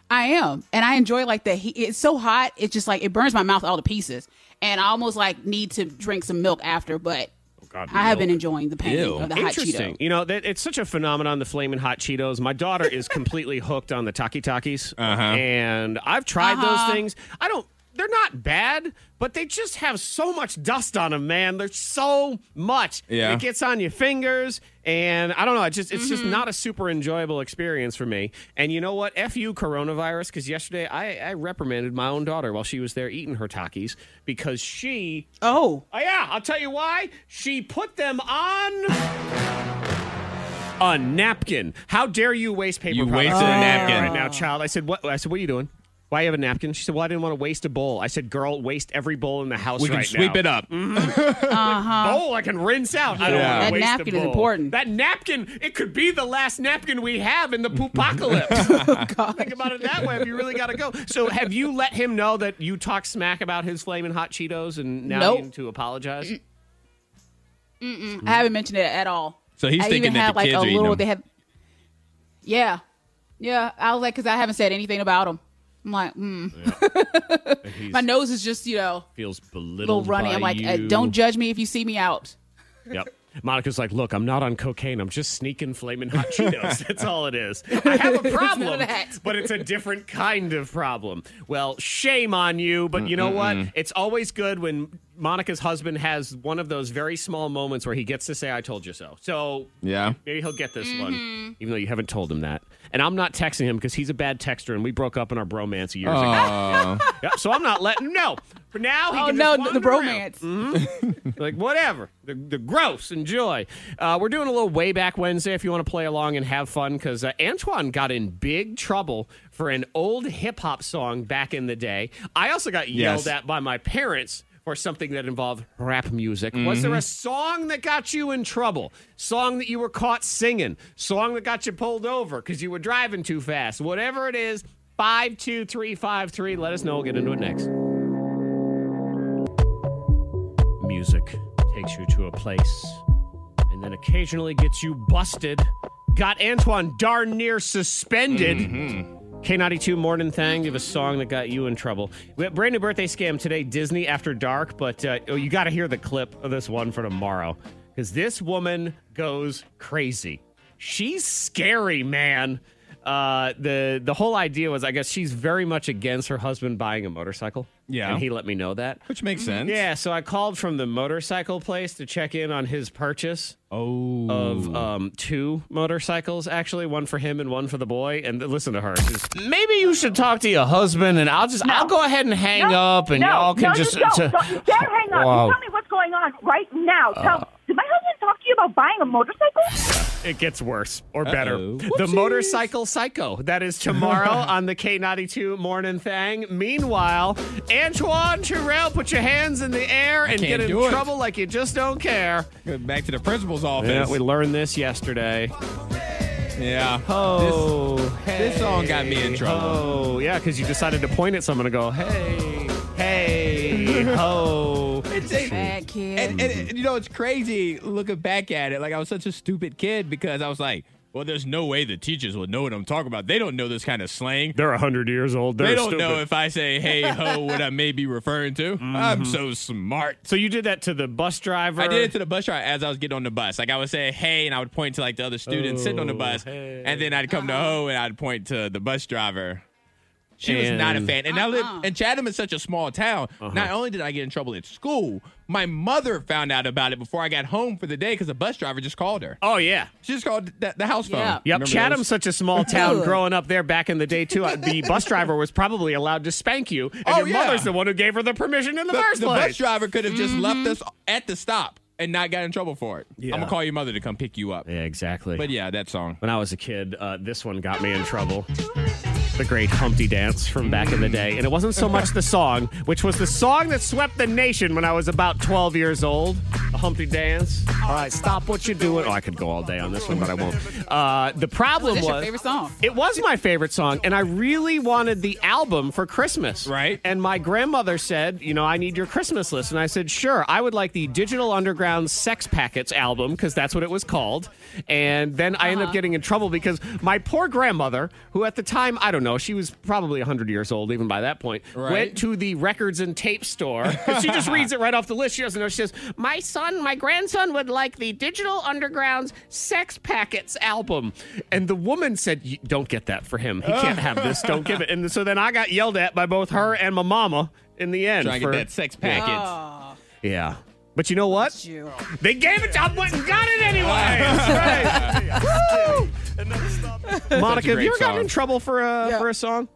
Speaker 5: I am, and I enjoy like the heat. It's so hot; it's just like it burns my mouth all to pieces, and I almost like need to drink some milk after. But
Speaker 4: God,
Speaker 5: I have
Speaker 4: milk.
Speaker 5: been enjoying the pain
Speaker 6: Oh, Ew.
Speaker 5: of the hot
Speaker 4: Interesting.
Speaker 5: Cheeto.
Speaker 4: You know, that, it's such a phenomenon, the flaming hot Cheetos. My daughter is completely hooked on the Taki Takis.
Speaker 6: Uh-huh.
Speaker 5: Uh-huh.
Speaker 4: And I've tried those things. I don't. they're not bad, but they just have so much dust on them, man. There's so much.
Speaker 6: Yeah.
Speaker 4: It gets on your fingers, and I don't know. It just it's
Speaker 5: Mm-hmm.
Speaker 4: just not a super enjoyable experience for me. And you know what? F you coronavirus, because yesterday I, I reprimanded my own daughter while she was there eating her Takis because she
Speaker 5: Oh.
Speaker 4: Oh yeah, I'll tell you why. She put them on a napkin. How dare you waste paper?
Speaker 6: You
Speaker 4: products
Speaker 6: wasted a
Speaker 4: right now-
Speaker 6: napkin.
Speaker 4: right now, child. I said, what? I said, what are you doing? Why you have a napkin? She said, well, I didn't want to waste a bowl. I said, girl, waste every bowl in the house.
Speaker 6: We can
Speaker 4: right
Speaker 6: sweep
Speaker 4: now.
Speaker 6: it up.
Speaker 4: Bowl I can rinse out. I don't
Speaker 6: Yeah.
Speaker 4: want
Speaker 6: That
Speaker 4: to waste a
Speaker 5: napkin is
Speaker 4: bowl.
Speaker 5: important.
Speaker 4: That napkin, it could be the last napkin we have in the poopocalypse.
Speaker 5: Oh,
Speaker 4: Think about it that way. If you really got to go. So, have you let him know that you talked smack about his flaming hot Cheetos and now
Speaker 5: Nope.
Speaker 4: you need to apologize?
Speaker 5: I haven't mentioned it at all.
Speaker 6: Mm-hmm. So he's
Speaker 5: I
Speaker 6: thinking
Speaker 5: even
Speaker 6: that
Speaker 5: had
Speaker 6: the
Speaker 5: like
Speaker 6: kids
Speaker 5: a
Speaker 6: are eating
Speaker 5: little.
Speaker 6: them.
Speaker 5: They had, yeah, yeah. I was like, because I haven't said anything about them. I'm like, mm.
Speaker 4: He
Speaker 5: my nose is just you know
Speaker 4: feels
Speaker 5: a
Speaker 4: belittled.
Speaker 5: little runny.
Speaker 4: by
Speaker 5: I'm like, uh,
Speaker 4: you.
Speaker 5: don't judge me if you see me out.
Speaker 4: Yep. Monica's like, look, I'm not on cocaine. I'm just sneaking flaming hot Cheetos. That's all it is. I have a problem,
Speaker 5: that.
Speaker 4: but it's a different kind of problem. Well, shame on you. But you know what? It's always good when Monica's husband has one of those very small moments where he gets to say, I told you so. So
Speaker 6: Yeah.
Speaker 4: maybe he'll get this
Speaker 5: Mm-hmm.
Speaker 4: one, even though you haven't told him that. And I'm not texting him because he's a bad texter and we broke up in our bromance years ago.
Speaker 6: Oh.
Speaker 4: Yep, so I'm not letting him know. For now, he
Speaker 5: Oh
Speaker 4: can
Speaker 5: no,
Speaker 4: just
Speaker 5: the
Speaker 4: wander around
Speaker 5: bromance.
Speaker 6: Mm-hmm.
Speaker 4: like whatever the, the gross enjoy uh, we're doing a little way back wednesday if you want to play along and have fun because uh, antoine got in big trouble for an old hip-hop song back in the day i also got
Speaker 6: Yes.
Speaker 4: yelled at by my parents for something that involved rap music was there a song that got you in trouble song that you were caught singing song that got you pulled over because you were driving too fast whatever it is 52353 let us know we'll get into it next music takes you to a place and then occasionally gets you busted. Got Antoine darn near suspended. K92 Morning Thang, you have a song that got you in trouble. We have brand new birthday scam today, Disney After Dark, but uh, oh, you got to hear the clip of this one for tomorrow because this woman goes crazy. She's scary, man. Uh, the the whole idea was, I guess, she's very much against her husband buying a motorcycle.
Speaker 6: Yeah.
Speaker 4: and he let me know that.
Speaker 6: Which makes sense.
Speaker 4: Yeah, so I called from the motorcycle place to check in on his purchase
Speaker 6: Oh.
Speaker 4: of um, two motorcycles, actually, one for him and one for the boy. And listen to her. She's- Maybe you should talk to your husband, and I'll just I'll go ahead and hang
Speaker 8: No,
Speaker 4: up, and
Speaker 8: no,
Speaker 4: y'all can
Speaker 8: no,
Speaker 4: just.
Speaker 8: You don't.
Speaker 4: to-
Speaker 8: Don't- you can't hang up.
Speaker 4: Wow. Uh.
Speaker 8: You tell me what's going on right now. Tell, did my husband talk to you about buying a motorcycle?
Speaker 4: It gets worse or better.
Speaker 6: Uh-oh.
Speaker 4: The motorcycle psycho. That is tomorrow on the K92 Morning Thang. Meanwhile, Antoine Terrell, put your hands in the air and
Speaker 6: can't
Speaker 4: get in
Speaker 6: do it.
Speaker 4: trouble like you just don't care.
Speaker 6: Uh, Back to the principal's
Speaker 4: Yeah,
Speaker 6: office.
Speaker 4: we learned this yesterday.
Speaker 6: Yeah.
Speaker 4: Oh,
Speaker 6: this song got me in
Speaker 4: hey,
Speaker 6: trouble.
Speaker 4: Oh, yeah, because you decided to point at someone and go, hey, hey, ho.
Speaker 6: This- it's a-
Speaker 5: Bad kid.
Speaker 6: and, and, and, you know, it's crazy looking back at it. Like, I was such a stupid kid because I was like, well, there's no way the teachers would know what I'm talking about. They don't know this kind of slang.
Speaker 4: They're 100 years old. They're
Speaker 6: they don't
Speaker 4: stupid. Mm-hmm.
Speaker 6: know if I say hey ho what I may be referring to. I'm so smart.
Speaker 4: So you did that to the bus driver?
Speaker 6: I did it to the bus driver as I was getting on the bus. Like I would say hey, and I would point to like the other student sitting on the
Speaker 4: Oh,
Speaker 6: bus,
Speaker 4: hey.
Speaker 6: and then I'd
Speaker 4: Uh-huh.
Speaker 6: come to ho, and I'd point to the bus driver. She was not a
Speaker 4: And- Uh-huh.
Speaker 6: fan, and I
Speaker 4: Uh-uh.
Speaker 6: live. And Chatham is such a small town. Not only did I get in trouble at school, my mother found out about it before I got home for the day because the bus driver just called her.
Speaker 4: Oh, yeah.
Speaker 6: She just called the, the house phone.
Speaker 5: Yeah.
Speaker 4: Yep,
Speaker 6: Remember
Speaker 4: Chatham's
Speaker 6: those?
Speaker 4: such a small town.
Speaker 5: Ugh.
Speaker 4: growing up there back in the day, too, uh, the bus driver was probably allowed to spank you, and
Speaker 6: Oh,
Speaker 4: your
Speaker 6: yeah.
Speaker 4: mother's the one who gave her the permission in the,
Speaker 6: The,
Speaker 4: first
Speaker 6: the
Speaker 4: place. Mm-hmm.
Speaker 6: bus driver could have just left us at the stop and not got in trouble for it. I'm gonna call your mother to come pick you up.
Speaker 4: yeah, exactly.
Speaker 6: But yeah, that song.
Speaker 4: when I was a kid, uh, this one got me in trouble. The great Humpty Dance from back in the day. And it wasn't so much the song, which was the song that swept the nation when I was about 12 years old. The Humpty Dance. All right, stop what you're doing. Oh, I could go all day on this one, but I won't. Uh, the problem
Speaker 5: This is
Speaker 4: was.
Speaker 5: your favorite song.
Speaker 4: It was my favorite song, and I really wanted the album for Christmas.
Speaker 6: Right.
Speaker 4: And my grandmother said, You know, I need your Christmas list. And I said, Sure, I would like the Digital Underground Sex Packets album, because that's what it was called. And then I ended up getting in trouble because my poor grandmother, who at the time, I don't know, she was probably 100 years old even by that point,
Speaker 6: Right.
Speaker 4: went to the records and tape store. 'Cause she just reads it right off the list. She doesn't know. She says, My son, my grandson would like the Digital Underground's Sex Packets album. And the woman said, "You- Don't get that for him. He can't have this. Don't give it. And so then I got yelled at by both her and my mama. in the end.
Speaker 6: Trying to get
Speaker 4: for-
Speaker 6: that sex package.
Speaker 4: Yeah. But you know what? They gave it to I went and got it anyway. That's right. Monica, have you ever gotten in trouble for a for a song?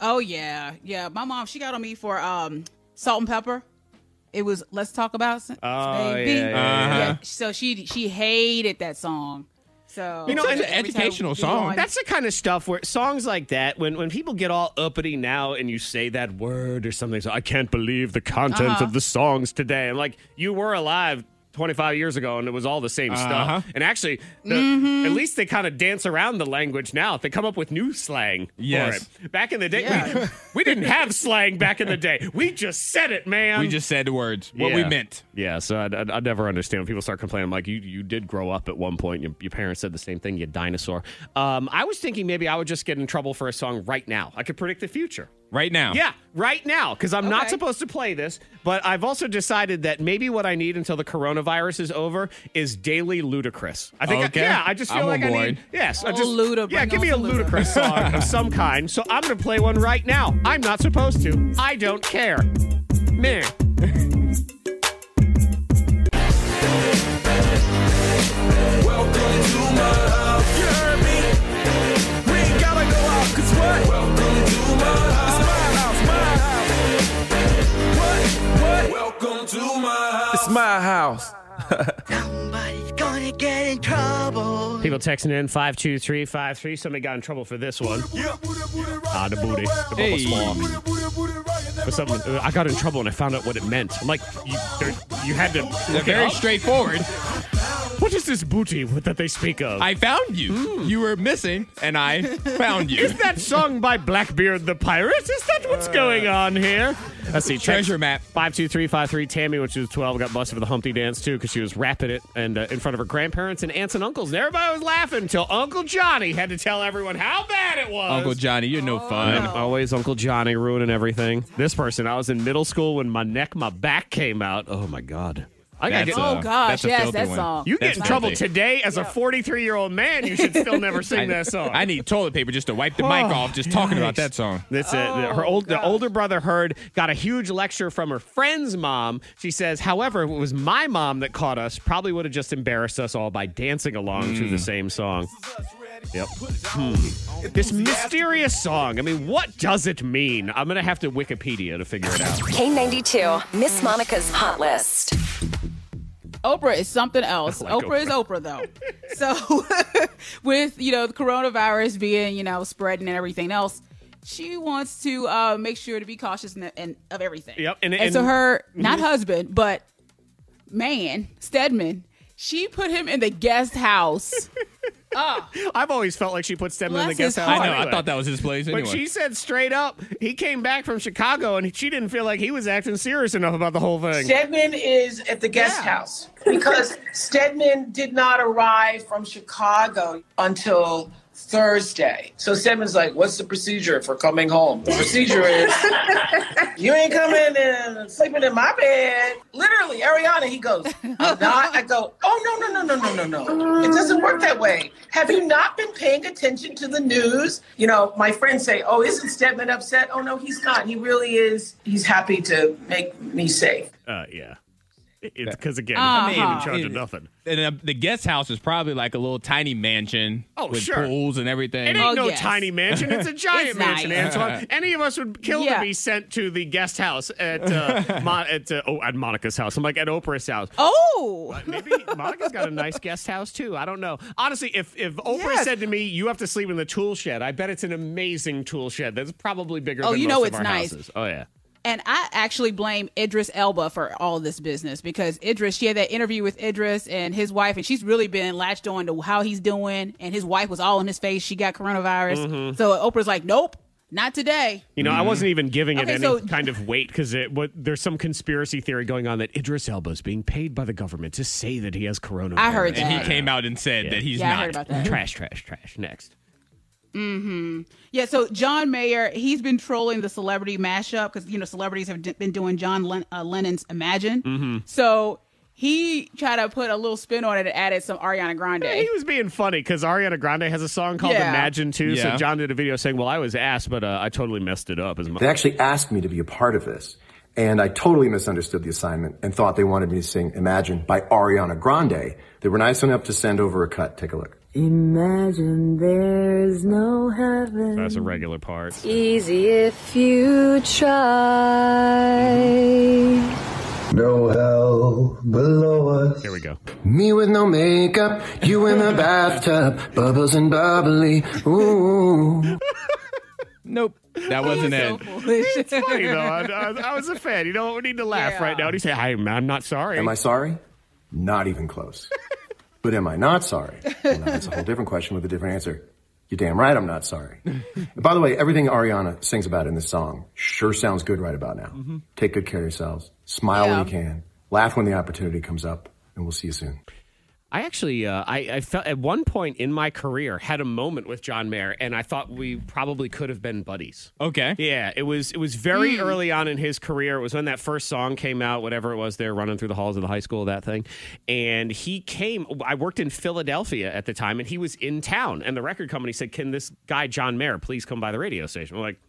Speaker 5: Oh yeah, yeah. My mom, she got on me for um salt and pepper. It was let's talk about sex,
Speaker 4: Oh,
Speaker 5: baby.
Speaker 4: yeah, yeah, yeah, yeah.
Speaker 5: So she she hated that song. So
Speaker 4: You know,
Speaker 5: every
Speaker 4: and-
Speaker 5: time we on-
Speaker 4: That's the kind of stuff where songs like that, when when people get all uppity now, and you say that word or something, so I can't believe the content
Speaker 5: Uh-huh.
Speaker 4: of the songs today. And like you were alive. 25 years ago and it was all the same
Speaker 6: Uh-huh. Mm-hmm.
Speaker 4: stuff and actually the, at least they kind of dance around the language now they come up with new slang
Speaker 6: Yes.
Speaker 4: for it back in the day we, we didn't have slang back in the day we just said it man
Speaker 6: Uh-huh. We just said the words, what we
Speaker 4: Yeah.
Speaker 6: meant.
Speaker 4: Yeah, so I, I, I never understand when people start complaining. I'm like, you you did grow up at one point. Your, your parents said the same thing. You dinosaur. Um, I was thinking maybe I would just get in trouble for a song right now. I could predict the future.
Speaker 6: Right now.
Speaker 4: Yeah, right now, because I'm not
Speaker 5: Okay.
Speaker 4: supposed to play this. But I've also decided that maybe what I need until the coronavirus is over is daily ludicrous. I think. I-
Speaker 6: Okay.
Speaker 4: yeah, I just feel
Speaker 6: I'm
Speaker 4: like
Speaker 6: on
Speaker 4: I
Speaker 6: board.
Speaker 4: need. Yes, I
Speaker 5: Oh,
Speaker 4: just.
Speaker 5: Luda,
Speaker 4: yeah,
Speaker 5: bring
Speaker 4: give me a
Speaker 5: on the Luda.
Speaker 4: ludicrous song of some kind. So I'm gonna play one right now. I'm not supposed to. I don't care. Meh.
Speaker 11: Welcome to my house. You heard me? We ain't gotta go out, cause what? Welcome to my house. It's my house, my house. What? What? Welcome to my house. It's my house.
Speaker 3: Somebody's gonna get in trouble.
Speaker 4: People texting in 52353. Somebody got in trouble for this one. Ah, the booty. The bubble swallow. But something, uh, I got in trouble and I found out what it meant. I'm like, you, there- you had to.
Speaker 6: They're
Speaker 4: look it
Speaker 6: very
Speaker 4: up?
Speaker 6: straightforward.
Speaker 4: What is this booty that they speak of?
Speaker 6: I found you.
Speaker 5: Hmm.
Speaker 6: You were missing, and I found you.
Speaker 4: is that song by Blackbeard the Pirate? Is that what's going on here? Let's see.
Speaker 6: Uh, Treasure map.
Speaker 4: 52353. Tammy, when she was 12, got busted for the Humpty Dance, too, because she was rapping it and uh, in front of her grandparents and aunts and uncles. And everybody was laughing until Uncle Johnny had to tell everyone how bad it was.
Speaker 6: Uncle Johnny, you're no fun.
Speaker 5: Oh.
Speaker 4: And always Uncle Johnny ruining everything. This person, I was in middle school when my neck, my back came out. Oh my god! I gotta
Speaker 6: That's
Speaker 4: get.
Speaker 6: a-
Speaker 5: Oh gosh,
Speaker 6: that's a
Speaker 5: yes,
Speaker 6: filthy
Speaker 5: that
Speaker 6: one.
Speaker 5: song.
Speaker 4: you get
Speaker 6: that's
Speaker 4: in trouble
Speaker 6: filthy.
Speaker 4: today as a 43 year old man. You should still never sing that song. Oh,
Speaker 6: I need toilet paper just to wipe the mic off just talking about that song.
Speaker 4: That's it.
Speaker 5: Oh,
Speaker 4: Her old, the older brother heard got a huge lecture from her friend's mom. She says, however, if it was my mom that caught us, probably would have just embarrassed us all by dancing along to the
Speaker 6: Hmm.
Speaker 4: same song. Yep. Hmm. This mysterious song. I mean, what does it mean? I'm gonna have to Wikipedia to figure it out.
Speaker 2: K92, Miss Monica's Hot List.
Speaker 5: Oprah is something else.
Speaker 4: like
Speaker 5: Oprah, is Oprah though. so with you know the coronavirus being you know spreading and everything else, she wants to uh, make sure to be cautious and, and of everything.
Speaker 4: Yep, and-
Speaker 5: And,
Speaker 4: and- Mm-hmm.
Speaker 5: so her not husband but man Stedman, she put him in the guest house.
Speaker 4: I've always felt like she put Stedman in the
Speaker 5: Bless
Speaker 4: guest
Speaker 5: his
Speaker 4: house.
Speaker 6: I
Speaker 5: heart.
Speaker 6: know.
Speaker 4: anyway.
Speaker 6: I thought that was his place anyway.
Speaker 4: But she said straight up, he came back from Chicago and she didn't feel like he was acting serious enough about the whole thing.
Speaker 17: Stedman is at the guest house because Stedman did not arrive from Chicago until Thursday. So Stedman's like, What's the procedure for coming home? The procedure is you ain't coming and sleeping in my bed. Literally, Ariana, he goes, I'm not. I go, Oh, no, no, no, no, no, no, no. It doesn't work that way. Have you not been paying attention to the news? You know, my friends say, Oh, isn't Stedman upset? Oh, no, he's not. He really is. He's happy to make me safe.
Speaker 4: Uh, yeah. It's because, again,
Speaker 5: Uh-huh.
Speaker 4: he ain't in charge of nothing.
Speaker 6: and uh, the guest house is probably like a little tiny mansion
Speaker 4: Oh,
Speaker 6: with
Speaker 4: sure.
Speaker 6: pools and everything.
Speaker 4: It ain't
Speaker 5: Oh,
Speaker 4: no
Speaker 5: yes.
Speaker 4: tiny mansion. It's a giant
Speaker 5: It's
Speaker 4: mansion,
Speaker 5: nice.
Speaker 4: Antoine. Any of us would kill
Speaker 5: Yeah.
Speaker 4: to be sent to the guest house at uh, Mon- at uh, oh at Monica's house. I'm like at Oprah's house.
Speaker 5: oh,
Speaker 4: Maybe Monica's got a nice guest house too. I don't know. Honestly, if if Oprah
Speaker 5: Yes.
Speaker 4: said to me, "You have to sleep in the tool shed," I bet it's an amazing tool shed. That's probably bigger.
Speaker 5: Oh,
Speaker 4: than
Speaker 5: you
Speaker 4: most
Speaker 5: know
Speaker 4: of
Speaker 5: it's
Speaker 4: our
Speaker 5: nice.
Speaker 4: Houses. Oh yeah.
Speaker 5: and I actually blame Idris Elba for all this business because Idris, she had that interview with Idris and his wife, and she's really been latched on to how he's doing. And his wife was all in his face. She got coronavirus.
Speaker 4: Mm-hmm.
Speaker 5: So Oprah's like, nope, not today.
Speaker 4: You know, I wasn't even giving it
Speaker 5: Mm-hmm. Okay,
Speaker 4: any
Speaker 5: so-
Speaker 4: kind of weight because what there's some conspiracy theory going on that Idris Elba is being paid by the government to say that he has coronavirus.
Speaker 5: I heard
Speaker 6: and
Speaker 5: that.
Speaker 6: he came out and said that he's
Speaker 5: Yeah, I
Speaker 6: not.
Speaker 5: heard about that.
Speaker 4: Trash, trash, trash. Next.
Speaker 5: Yeah, so John Mayer, he's been trolling the
Speaker 4: Mm-hmm.
Speaker 5: celebrity mashup because you know celebrities have d- been doing John Len- uh, Lennon's Imagine. So he tried to put a little spin on it and added some Ariana Grande.
Speaker 4: Yeah, he was being funny because Ariana Grande has a song called
Speaker 5: Yeah.
Speaker 4: Imagine Too.
Speaker 13: Yeah.
Speaker 4: So John did a video saying, "Well, I was asked, but uh, I totally messed it up." As much.
Speaker 13: They actually asked me to be a part of this, and I totally misunderstood the assignment and thought they wanted me to sing Imagine by Ariana Grande. They were nice enough to send over a cut. Take a look.
Speaker 18: Imagine there's no heaven.
Speaker 4: That's a regular part.
Speaker 18: It's easy if you try.
Speaker 13: No hell below us. Here
Speaker 4: we go.
Speaker 13: Me with no makeup, you in the bathtub, bubbles and bubbly. Ooh.
Speaker 6: Nope. That wasn't it.
Speaker 4: It's funny though. I, I, I was a fan. You know, we need to laugh right now. And he said, I'm, "I'm not sorry."
Speaker 13: Am I sorry? Not even close. but am I not sorry? Well, now that's a whole different question with a different answer. You're damn right I'm not sorry. And by the way, everything Ariana sings about in this song sure sounds good right about now. Take good care of yourselves. Smile when you can. Laugh when the opportunity comes up. And we'll see you soon.
Speaker 4: I actually, uh, I, I felt at one point in my career had a moment with John Mayer, and I thought we probably could have been buddies.
Speaker 6: Okay.
Speaker 4: Yeah, it was it was very early on in his career. It was when that first song came out, whatever it was, they're running through the halls of the high school, that thing. And he came. I worked in Philadelphia at the time, and he was in town. And the record company said, "Can this guy John Mayer please come by the radio station?" We're like.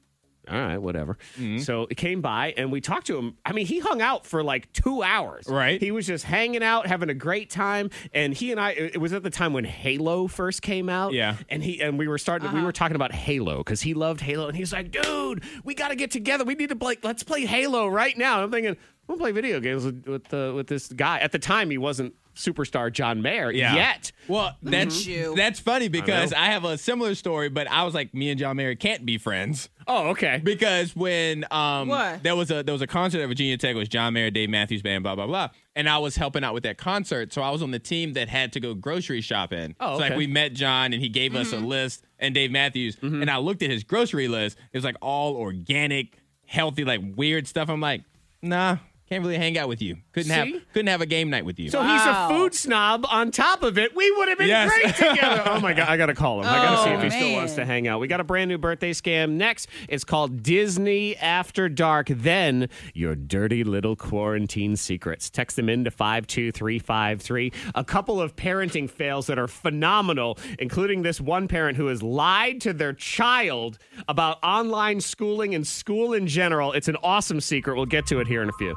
Speaker 4: All right, whatever. So it came by and we talked to him. I mean, he hung out for like two hours. Right. He was just hanging out, having a great time. And he and I, it it was at the time when Halo first came out.
Speaker 6: Yeah.
Speaker 4: And he and we were starting. We were talking about Halo because he loved Halo, and he's like, "Dude, we got to get together. We need to play. Let's play Halo right now." And I'm thinking, "I'm gonna play video games with with, uh, with this guy." At the time, he wasn't superstar John Mayer
Speaker 6: Yeah.
Speaker 4: yet.
Speaker 6: Well, that's that's funny because I, have a similar story, but I was like, me and John Mayer can't be friends.
Speaker 4: Oh, okay.
Speaker 6: Because when um
Speaker 4: What?
Speaker 6: there was a there was a concert at Virginia Tech it was John Mayer, Dave Matthews Band, blah blah blah, and I was helping out with that concert, so I was on the team that had to go grocery shopping.
Speaker 4: Oh,
Speaker 6: So, like
Speaker 4: okay.
Speaker 6: we met John and he gave us a list and Dave Matthews,
Speaker 4: Mm-hmm.
Speaker 6: and I looked at his grocery list. It was like all organic, healthy, like weird stuff. I'm like, nah, can't really hang out with you. Couldn't
Speaker 4: See?
Speaker 6: have couldn't have a game night with you.
Speaker 4: So he's a food snob. On top of it, we would have been
Speaker 6: Yes.
Speaker 4: great together. Oh my god, I gotta call him. I gotta see if he still
Speaker 6: man.
Speaker 4: wants to hang out. We got a brand new birthday scam next. It's called Disney After Dark. Then your dirty little quarantine secrets. Text them in to five two three five three. A couple of parenting fails that are phenomenal, including this one parent who has lied to their child about online schooling and school in general. It's an awesome secret. We'll get to it here in a few.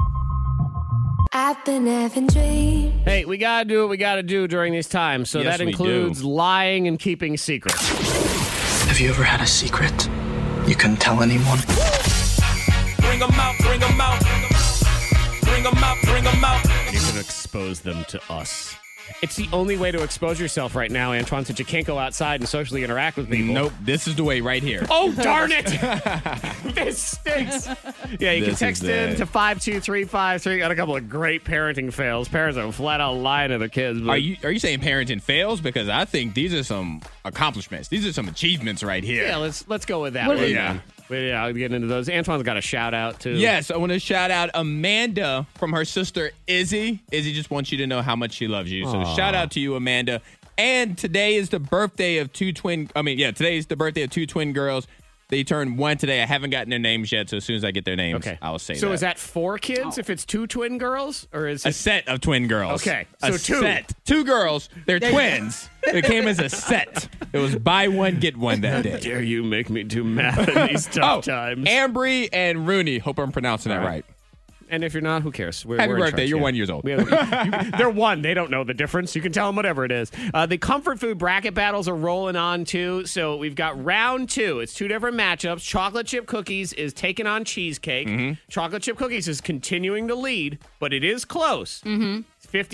Speaker 3: I've been having dreams.
Speaker 4: Hey, we gotta do what we gotta do during these times. So
Speaker 6: Yes,
Speaker 4: that
Speaker 6: we
Speaker 4: includes lying and keeping secrets.
Speaker 19: Have you ever had a secret you couldn't tell anyone?
Speaker 11: Bring 'em out, bring 'em out. Bring 'em out, bring 'em out.
Speaker 4: And you're gonna expose them to us. It's the only way to expose yourself right now, Antoine, since you can't go outside and socially interact with people.
Speaker 6: Nope, this is the way right here.
Speaker 4: Oh, darn it! this stinks. Yeah, you
Speaker 6: This is
Speaker 4: can text in
Speaker 6: bad.
Speaker 4: to 52353. Got a couple of great parenting fails. Parents are flat out lying to their kids. but-
Speaker 6: Are you are you saying parenting fails? Because I think these are some accomplishments. These are some achievements right here.
Speaker 4: Yeah, let's let's go with that
Speaker 6: What
Speaker 4: one.
Speaker 6: is-
Speaker 4: Yeah. Yeah, I'll get into those. Antoine's got a shout out too.
Speaker 6: Yes, I want to shout out Amanda from her sister Izzy. Izzy just wants you to know how much she loves you. So
Speaker 4: Aw.
Speaker 6: shout out to you, Amanda. And today is the birthday of two twin. I mean, yeah, today is the birthday of two twin girls. They turned one today. I haven't gotten their names yet, so as soon as I get their names, I'll say.
Speaker 4: So
Speaker 6: that.
Speaker 4: is that four kids if it's two twin girls, or is
Speaker 6: a
Speaker 4: it
Speaker 6: set of twin girls?
Speaker 4: Okay,
Speaker 6: a
Speaker 4: so two.
Speaker 6: set, two girls. They're
Speaker 4: There you go.
Speaker 6: twins. It came as a set. It was buy one get one that day.
Speaker 4: dare you make me do math in these tough times?
Speaker 6: Oh, Ambry and Rooney. Hope I'm pronouncing that right.
Speaker 4: And if you're not, who cares? We're,
Speaker 6: Happy
Speaker 4: we're in
Speaker 6: birthday.
Speaker 4: charge,
Speaker 6: You're
Speaker 4: yeah.
Speaker 6: one years old.
Speaker 4: We have- you- they're one. They don't know the difference. You can tell them whatever it is. Uh, the comfort food bracket battles are rolling on too. So we've got round two. It's two different matchups. Chocolate chip cookies is taking on cheesecake.
Speaker 6: Mm-hmm.
Speaker 4: Chocolate chip cookies is continuing to lead, but it is close. Mm-hmm.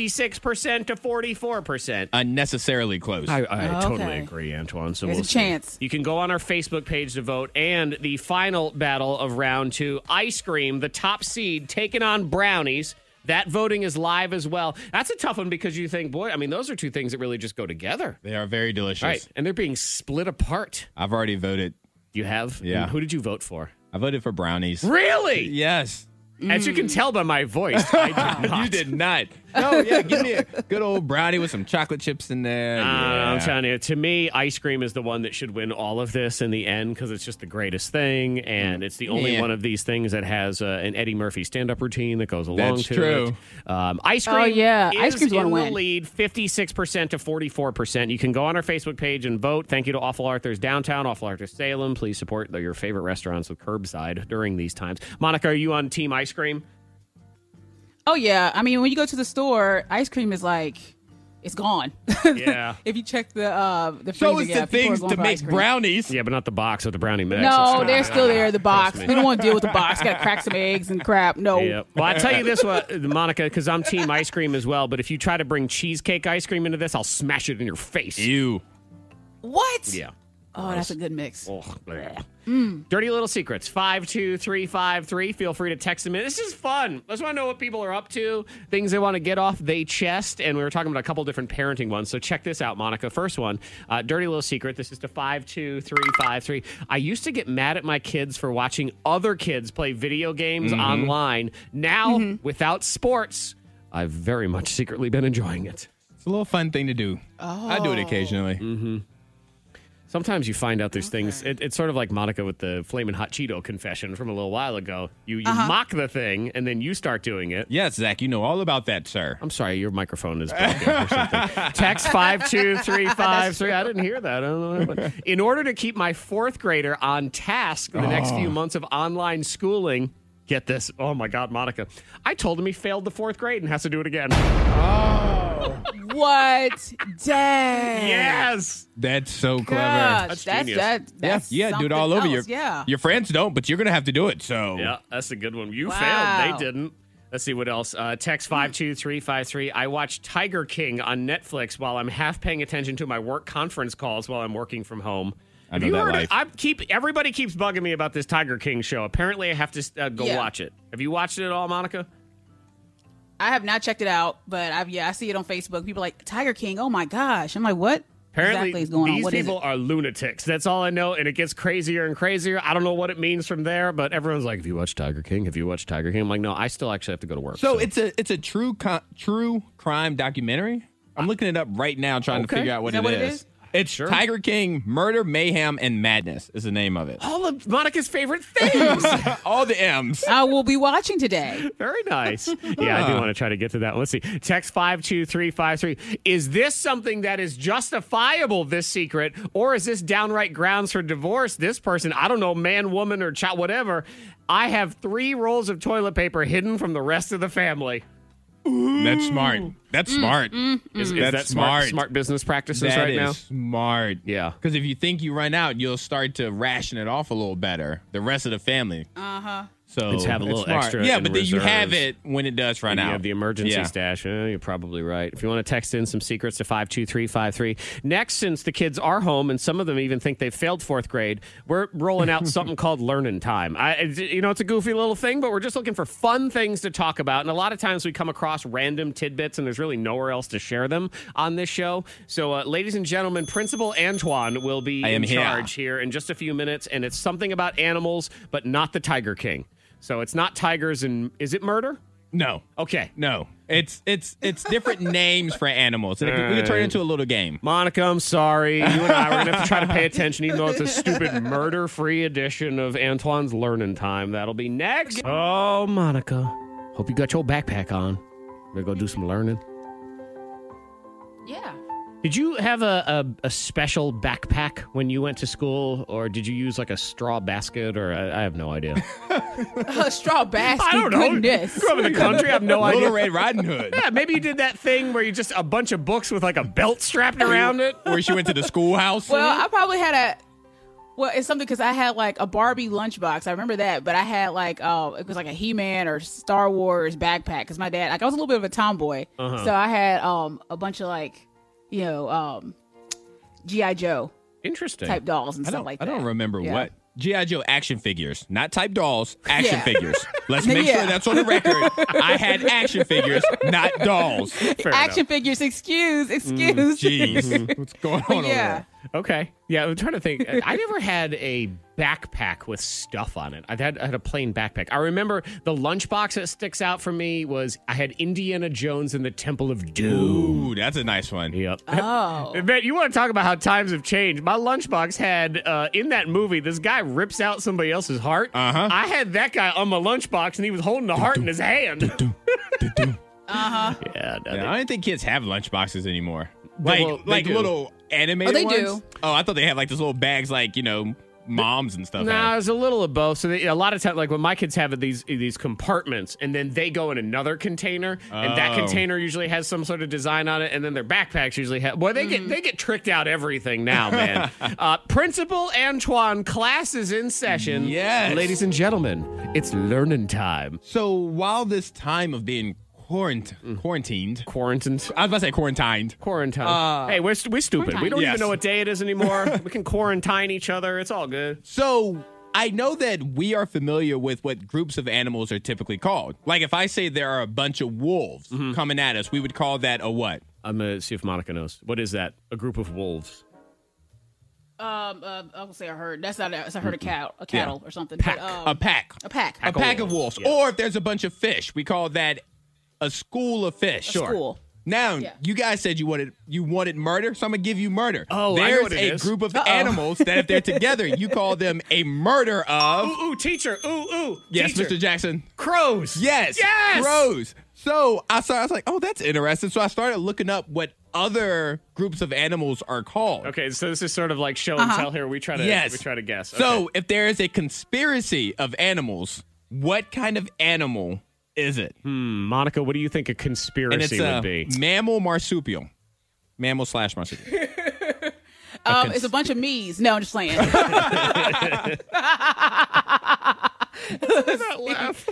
Speaker 4: 56% to 44%.
Speaker 6: Unnecessarily close.
Speaker 4: I, I
Speaker 5: Oh,
Speaker 4: totally
Speaker 5: okay.
Speaker 4: agree, Antoine. So
Speaker 5: There's
Speaker 4: we'll
Speaker 5: a
Speaker 4: see.
Speaker 5: chance.
Speaker 4: You can go on our Facebook page to vote. And the final battle of round two ice cream, the top seed, taking on brownies. That voting is live as well. That's a tough one because you think, boy, I mean, those are two things that really just go together.
Speaker 6: They are very delicious.
Speaker 4: All right. And they're being split apart.
Speaker 6: I've already voted.
Speaker 4: You have?
Speaker 6: Yeah.
Speaker 4: And who did you vote for?
Speaker 6: I voted for brownies.
Speaker 4: Really?
Speaker 6: Yes.
Speaker 4: As you can tell by my voice, I did not.
Speaker 6: you did not. No, yeah, give me a good old brownie with some chocolate chips in there.
Speaker 4: Uh, I'm
Speaker 6: Yeah.
Speaker 4: telling you, to me, ice cream is the one that should win all of this in the end because it's just the greatest thing, and it's the only
Speaker 6: Mm. Yeah.
Speaker 4: one of these things that has uh, an Eddie Murphy stand-up routine that goes along
Speaker 6: That's
Speaker 4: to
Speaker 6: true.
Speaker 4: it. Um, ice cream,
Speaker 5: Oh, yeah.
Speaker 4: is
Speaker 5: Ice cream's
Speaker 4: in
Speaker 5: gonna
Speaker 4: the
Speaker 5: win.
Speaker 4: lead, fifty-six percent to forty-four percent. You can go on our Facebook page and vote. Thank you to Awful Arthur's Downtown, Awful Arthur's Salem. Please support your favorite restaurants with curbside during these times. Monica, are you on Team Ice Cream?
Speaker 5: Oh yeah, I mean when you go to the store, ice cream is like it's gone.
Speaker 4: Yeah.
Speaker 5: if you check the uh, the
Speaker 6: Show
Speaker 5: freezer,
Speaker 6: us
Speaker 5: yeah, people are
Speaker 6: the things
Speaker 5: going
Speaker 6: to
Speaker 5: for
Speaker 6: make
Speaker 5: ice cream.
Speaker 6: brownies.
Speaker 4: Yeah, but not the box with the brownie mix.
Speaker 5: No,
Speaker 4: It's
Speaker 5: they're
Speaker 4: not-
Speaker 5: still there. The box.
Speaker 4: me.
Speaker 5: We don't want to deal with the box. Got to crack some eggs and crap. No.
Speaker 4: Yep. Oh, Well, I tell you this, one, Monica, because I'm team ice cream as well. But if you try to bring cheesecake ice cream into this, I'll smash it in your face.
Speaker 6: Ew.
Speaker 5: What?
Speaker 4: Yeah.
Speaker 5: Oh, that's a good mix.
Speaker 4: Ugh, bleh. Dirty little secrets. Five two three five three. Feel free to text them in. This is fun. I just want to know what people are up to, things they want to get off they chest, and we were talking about a couple different parenting ones. So check this out, Monica. First one, uh, dirty little secret. This is to five two three five three. I used to get mad at my kids for watching other kids play video games online. Now, without sports, I've very much secretly been enjoying it.
Speaker 6: It's a little fun thing to do. I do it
Speaker 5: Oh.
Speaker 6: occasionally.
Speaker 4: Sometimes you find out there's things. It, it's sort of like Monica with the flaming hot Cheeto confession from a little while ago. You you mock the thing and then you start doing it.
Speaker 6: Yes, Zach, you know all about that, sir.
Speaker 4: I'm sorry, your microphone is broken or something. Text five two three five three. I didn't hear that. I don't know. But in order to keep my fourth grader on task the next few months of online schooling, get this. Oh my God, Monica! I told him he failed the fourth grade and has to do it again.
Speaker 5: What? Dang.
Speaker 4: Yes.
Speaker 6: That's so clever.
Speaker 5: Gosh,
Speaker 4: That's
Speaker 5: that's,
Speaker 4: genius.
Speaker 5: that,
Speaker 6: Yeah,
Speaker 5: that's
Speaker 6: yeah, do it
Speaker 5: something
Speaker 6: all over your
Speaker 5: else. Yeah.
Speaker 6: Your friends don't, but you're gonna have to do it. So
Speaker 4: Yeah, that's a good one. You
Speaker 5: Wow. Hmm.
Speaker 4: failed. They didn't. Let's see what else. Uh, text 52353. I watch Tiger King on Netflix while I'm half paying attention to my work conference calls while I'm working from home.
Speaker 6: I
Speaker 4: Have
Speaker 6: know
Speaker 4: you
Speaker 6: that
Speaker 4: heard
Speaker 6: life.
Speaker 4: It? I keep everybody keeps bugging me about this Tiger King show. Apparently, I have to uh, go
Speaker 5: Yeah.
Speaker 4: watch it. Have you watched it at all, Monica?
Speaker 5: I have not checked it out, but I've yeah, I see it on Facebook. People are like Tiger King. Oh my gosh! I'm like, what
Speaker 4: Apparently,
Speaker 5: exactly is going
Speaker 4: these
Speaker 5: on? What is
Speaker 4: people
Speaker 5: it?
Speaker 4: are lunatics. That's all I know, and it gets crazier and crazier. I don't know what it means from there, but everyone's like, "Have you watched Tiger King? Have you watched Tiger King?" I'm like, "No, I still actually have to go to work."
Speaker 6: So it's a it's a true co- true crime documentary. I'm looking it up right now, trying to
Speaker 4: Okay.
Speaker 6: figure out
Speaker 5: Is
Speaker 6: what,
Speaker 5: that what it
Speaker 6: is.
Speaker 5: is?
Speaker 6: It's Tiger King: Murder, Mayhem, and Madness is the name of it.
Speaker 4: all of Monica's favorite things.
Speaker 6: All the M's.
Speaker 5: I will be watching today.
Speaker 4: Very nice. Yeah, I do want to try to get to that. Let's see. Text 52353. Is this something that is justifiable, this secret, or is this downright grounds for divorce? This person, I don't know, man, woman, or child, whatever. I have three rolls of toilet paper hidden from the rest of the family.
Speaker 6: That's smart. That's smart.
Speaker 4: Is, is
Speaker 6: Mm. That's
Speaker 4: that smart,
Speaker 6: smart.
Speaker 4: smart business practices
Speaker 6: That
Speaker 4: right
Speaker 6: is
Speaker 4: now?
Speaker 6: smart.
Speaker 4: Yeah.
Speaker 6: Because if you think you run out, you'll start to ration it off a little better. The rest of the family. Uh huh. So
Speaker 4: Just have a little
Speaker 6: smart.
Speaker 4: extra
Speaker 6: Yeah,
Speaker 4: in
Speaker 6: but then you have
Speaker 4: reserves.
Speaker 6: it when it does run
Speaker 4: You
Speaker 6: out.
Speaker 4: have the emergency
Speaker 6: Yeah.
Speaker 4: stash. Eh, you're probably right. If you want to text in some secrets to 52353. Next, since the kids are home and some of them even think they failed fourth grade, we're rolling out something called learning time. I, it's- you know, it's a goofy little thing, but we're just looking for fun things to talk about. And a lot of times we come across random tidbits and there's really nowhere else to share them on this show. So, uh, ladies and gentlemen, Principal Antoine will be
Speaker 6: I am
Speaker 4: in
Speaker 6: here.
Speaker 4: charge here in just a few minutes. And it's something about animals, but not the Tiger King. So it's not tigers and is it murder?
Speaker 6: No.
Speaker 4: Okay.
Speaker 6: No. It's it's it's different names for animals. And it could- we could turn it into a little game.
Speaker 4: Monica, I'm sorry. You and I were going to have to try to pay attention, even though it's a stupid murder free edition of Antoine's Learning Time. That'll be next. Oh, Monica. Hope you got your backpack on. We're going to do some learning.
Speaker 5: Yeah.
Speaker 4: Did you have a, a, a special backpack when you went to school, or did you use like a straw basket, or I, I have no idea?
Speaker 5: A straw basket. Goodness.
Speaker 4: Grew up in the country. I have no
Speaker 6: little
Speaker 4: idea.
Speaker 6: Red Riding Hood.
Speaker 4: Yeah, maybe you did that thing where you just a bunch of books with like a belt strapped around it.
Speaker 6: Where she went to the schoolhouse.
Speaker 5: Well, I probably had a. Well, it's something because I had like a Barbie lunchbox. I remember that, but I had like uh, it was like a He Man or Star Wars backpack because my dad like I was a little bit of a tomboy,
Speaker 6: Uh-huh.
Speaker 5: so I had um a bunch of like you know um GI Joe
Speaker 4: Interesting.
Speaker 5: type dolls and
Speaker 6: I
Speaker 5: stuff
Speaker 6: don't,
Speaker 5: like
Speaker 6: I
Speaker 5: that.
Speaker 6: don't remember
Speaker 5: Yeah.
Speaker 6: what. G.I. Joe action figures, not type dolls, action
Speaker 5: Yeah.
Speaker 6: figures. Let's make
Speaker 5: Yeah.
Speaker 6: sure that's on the record. I had action figures, not dolls. Mm,
Speaker 5: action figures. Excuse, excuse.
Speaker 6: Jeez. What's going on over
Speaker 5: yeah.
Speaker 6: there?
Speaker 4: Okay. Yeah, I'm trying to think. I I never had a backpack with stuff on it. I had, I had a plain backpack. I remember the lunchbox that sticks out for me was I had Indiana Jones and the Temple of Doom.
Speaker 6: Ooh, that's a nice one.
Speaker 4: Yep. Oh. Man, you want to talk about how times have changed. My lunchbox had, uh, in that movie, this guy rips out somebody else's heart.
Speaker 6: Uh-huh.
Speaker 4: I had that guy on my lunchbox and he was holding the heart in his hand.
Speaker 5: Uh huh.
Speaker 4: Yeah, no,
Speaker 6: Yeah, I don't think kids have lunchboxes anymore.
Speaker 4: They-
Speaker 6: Like
Speaker 4: well, they
Speaker 6: like
Speaker 4: do.
Speaker 6: little animated
Speaker 5: Oh, they
Speaker 6: ones.
Speaker 5: do.
Speaker 6: Oh, I thought they had like those little bags, like you know, moms and stuff.
Speaker 4: No,
Speaker 6: have.
Speaker 4: it's a little of both. So they, a lot of times, like when my kids have it, these these compartments, and then they go in another container, and that
Speaker 6: Oh.
Speaker 4: container usually has some sort of design on it, and then their backpacks usually have. Boy, they
Speaker 6: Mm-hmm.
Speaker 4: get they get tricked out everything now, man. uh, Principal Antoine, class is in session.
Speaker 6: Yes.
Speaker 4: ladies and gentlemen, it's learning time.
Speaker 6: So while this time of being quarant-
Speaker 4: Mm.
Speaker 6: quarantined,
Speaker 4: Quarantined.
Speaker 6: I was about to say quarantined.
Speaker 4: Quarantine.
Speaker 6: Uh,
Speaker 4: hey, we're st- we stupid. We don't even
Speaker 6: Yes.
Speaker 4: know what day it is anymore. we can quarantine each other. It's all good.
Speaker 6: So I know that we are familiar with what groups of animals are typically called. Like if I say there are a bunch of wolves
Speaker 4: Mm-hmm.
Speaker 6: coming at us, we would call that a what?
Speaker 4: I'm gonna see if Monica knows. What is that? A group of wolves.
Speaker 5: Um, uh, I would say a herd. That's not. A, it's a herd of cow, a cattle or something.
Speaker 6: Pack.
Speaker 5: But, um,
Speaker 6: a pack.
Speaker 5: A pack.
Speaker 6: a pack of wolves. Or if there's a bunch of fish, we call that a school of fish. sure.
Speaker 5: school.
Speaker 6: Now
Speaker 5: Yeah.
Speaker 6: you guys said you wanted you wanted murder, so I'm gonna give you murder.
Speaker 4: Oh, I know
Speaker 6: there's
Speaker 4: what it
Speaker 6: a
Speaker 4: is.
Speaker 6: group of animals that if they're together, you call them a murder of.
Speaker 4: Ooh, ooh, teacher. Ooh, ooh.
Speaker 6: yes,
Speaker 4: teacher.
Speaker 6: Mr. Jackson.
Speaker 4: Crows.
Speaker 6: Yes.
Speaker 4: Yes.
Speaker 6: Crows. So I saw. I was like, oh, that's interesting. So I started looking up what other groups of animals are called.
Speaker 4: Okay, so this is sort of like show and
Speaker 5: Uh-huh.
Speaker 4: tell here. We try to
Speaker 6: Yes.
Speaker 4: we try to guess.
Speaker 6: So
Speaker 4: Okay.
Speaker 6: if there is a conspiracy of animals, what kind of animal is it?
Speaker 4: Monica, what do you think a
Speaker 6: and it's uh,
Speaker 4: conspiracy
Speaker 6: a
Speaker 4: Hmm. would be?
Speaker 6: mammal marsupial. Mammal slash marsupial.
Speaker 5: Um, it's a bunch of me's. No, I'm just playing.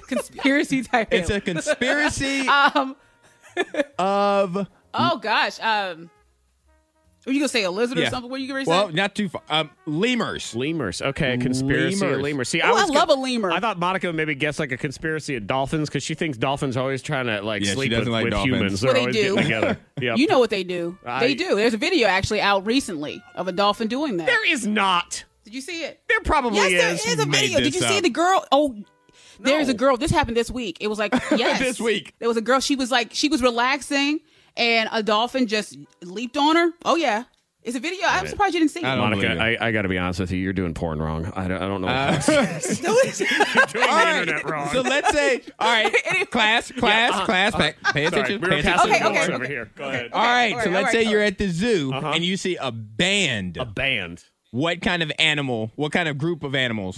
Speaker 5: Conspiracy type.
Speaker 6: it's a conspiracy
Speaker 4: Uh,
Speaker 5: um,
Speaker 6: of
Speaker 5: oh gosh. Um, were you gonna say a lizard
Speaker 6: Yeah.
Speaker 5: or something? What you gonna say?
Speaker 6: well, not too far. Um, lemurs.
Speaker 4: lemurs. Okay, a conspiracy
Speaker 6: Lemurs.
Speaker 4: of lemurs. See,
Speaker 5: Ooh,
Speaker 4: was
Speaker 5: I love a lemur.
Speaker 4: I thought Monica would maybe guess like a conspiracy of dolphins because she thinks dolphins are always trying to like
Speaker 6: Yeah, she
Speaker 4: sleep
Speaker 6: doesn't
Speaker 4: with,
Speaker 6: like
Speaker 4: with
Speaker 6: dolphins.
Speaker 4: humans. They're
Speaker 5: Well, they
Speaker 4: always
Speaker 5: do.
Speaker 4: getting together. Yep.
Speaker 5: you know what they do?
Speaker 4: I-
Speaker 5: they do. There's a video actually out recently of a dolphin doing that.
Speaker 4: there is not.
Speaker 5: Did you see it?
Speaker 4: There probably
Speaker 5: Yes,
Speaker 4: is.
Speaker 5: there is a
Speaker 6: Made
Speaker 5: video. Did
Speaker 6: this
Speaker 5: you see
Speaker 6: up.
Speaker 5: the girl? Oh, there's a girl. This happened this week. It was like yes,
Speaker 6: This week.
Speaker 5: There was a girl. She was like she was relaxing, and a dolphin just leaped on her. Oh yeah, it's a video. I'm surprised you didn't see
Speaker 6: I
Speaker 5: it.
Speaker 6: don't
Speaker 4: Monica,
Speaker 6: believe it.
Speaker 4: I, I got to be honest with you. You're doing porn wrong. I don't, I don't know.
Speaker 6: All right.
Speaker 4: internet wrong. uh-huh.
Speaker 6: So let's say, all right, class, class, class. pay,
Speaker 4: Sorry,
Speaker 6: pay attention.
Speaker 4: we
Speaker 6: pay
Speaker 4: were
Speaker 6: attention.
Speaker 4: passing
Speaker 5: Okay,
Speaker 4: okay,
Speaker 5: okay,
Speaker 4: over
Speaker 5: okay.
Speaker 4: here. Go ahead.
Speaker 6: All right.
Speaker 5: all
Speaker 6: so
Speaker 5: right,
Speaker 6: let's
Speaker 5: all
Speaker 6: say
Speaker 5: right.
Speaker 6: you're at the zoo and you see a band.
Speaker 4: Uh-huh. A band.
Speaker 6: what kind of animal? What kind of group of animals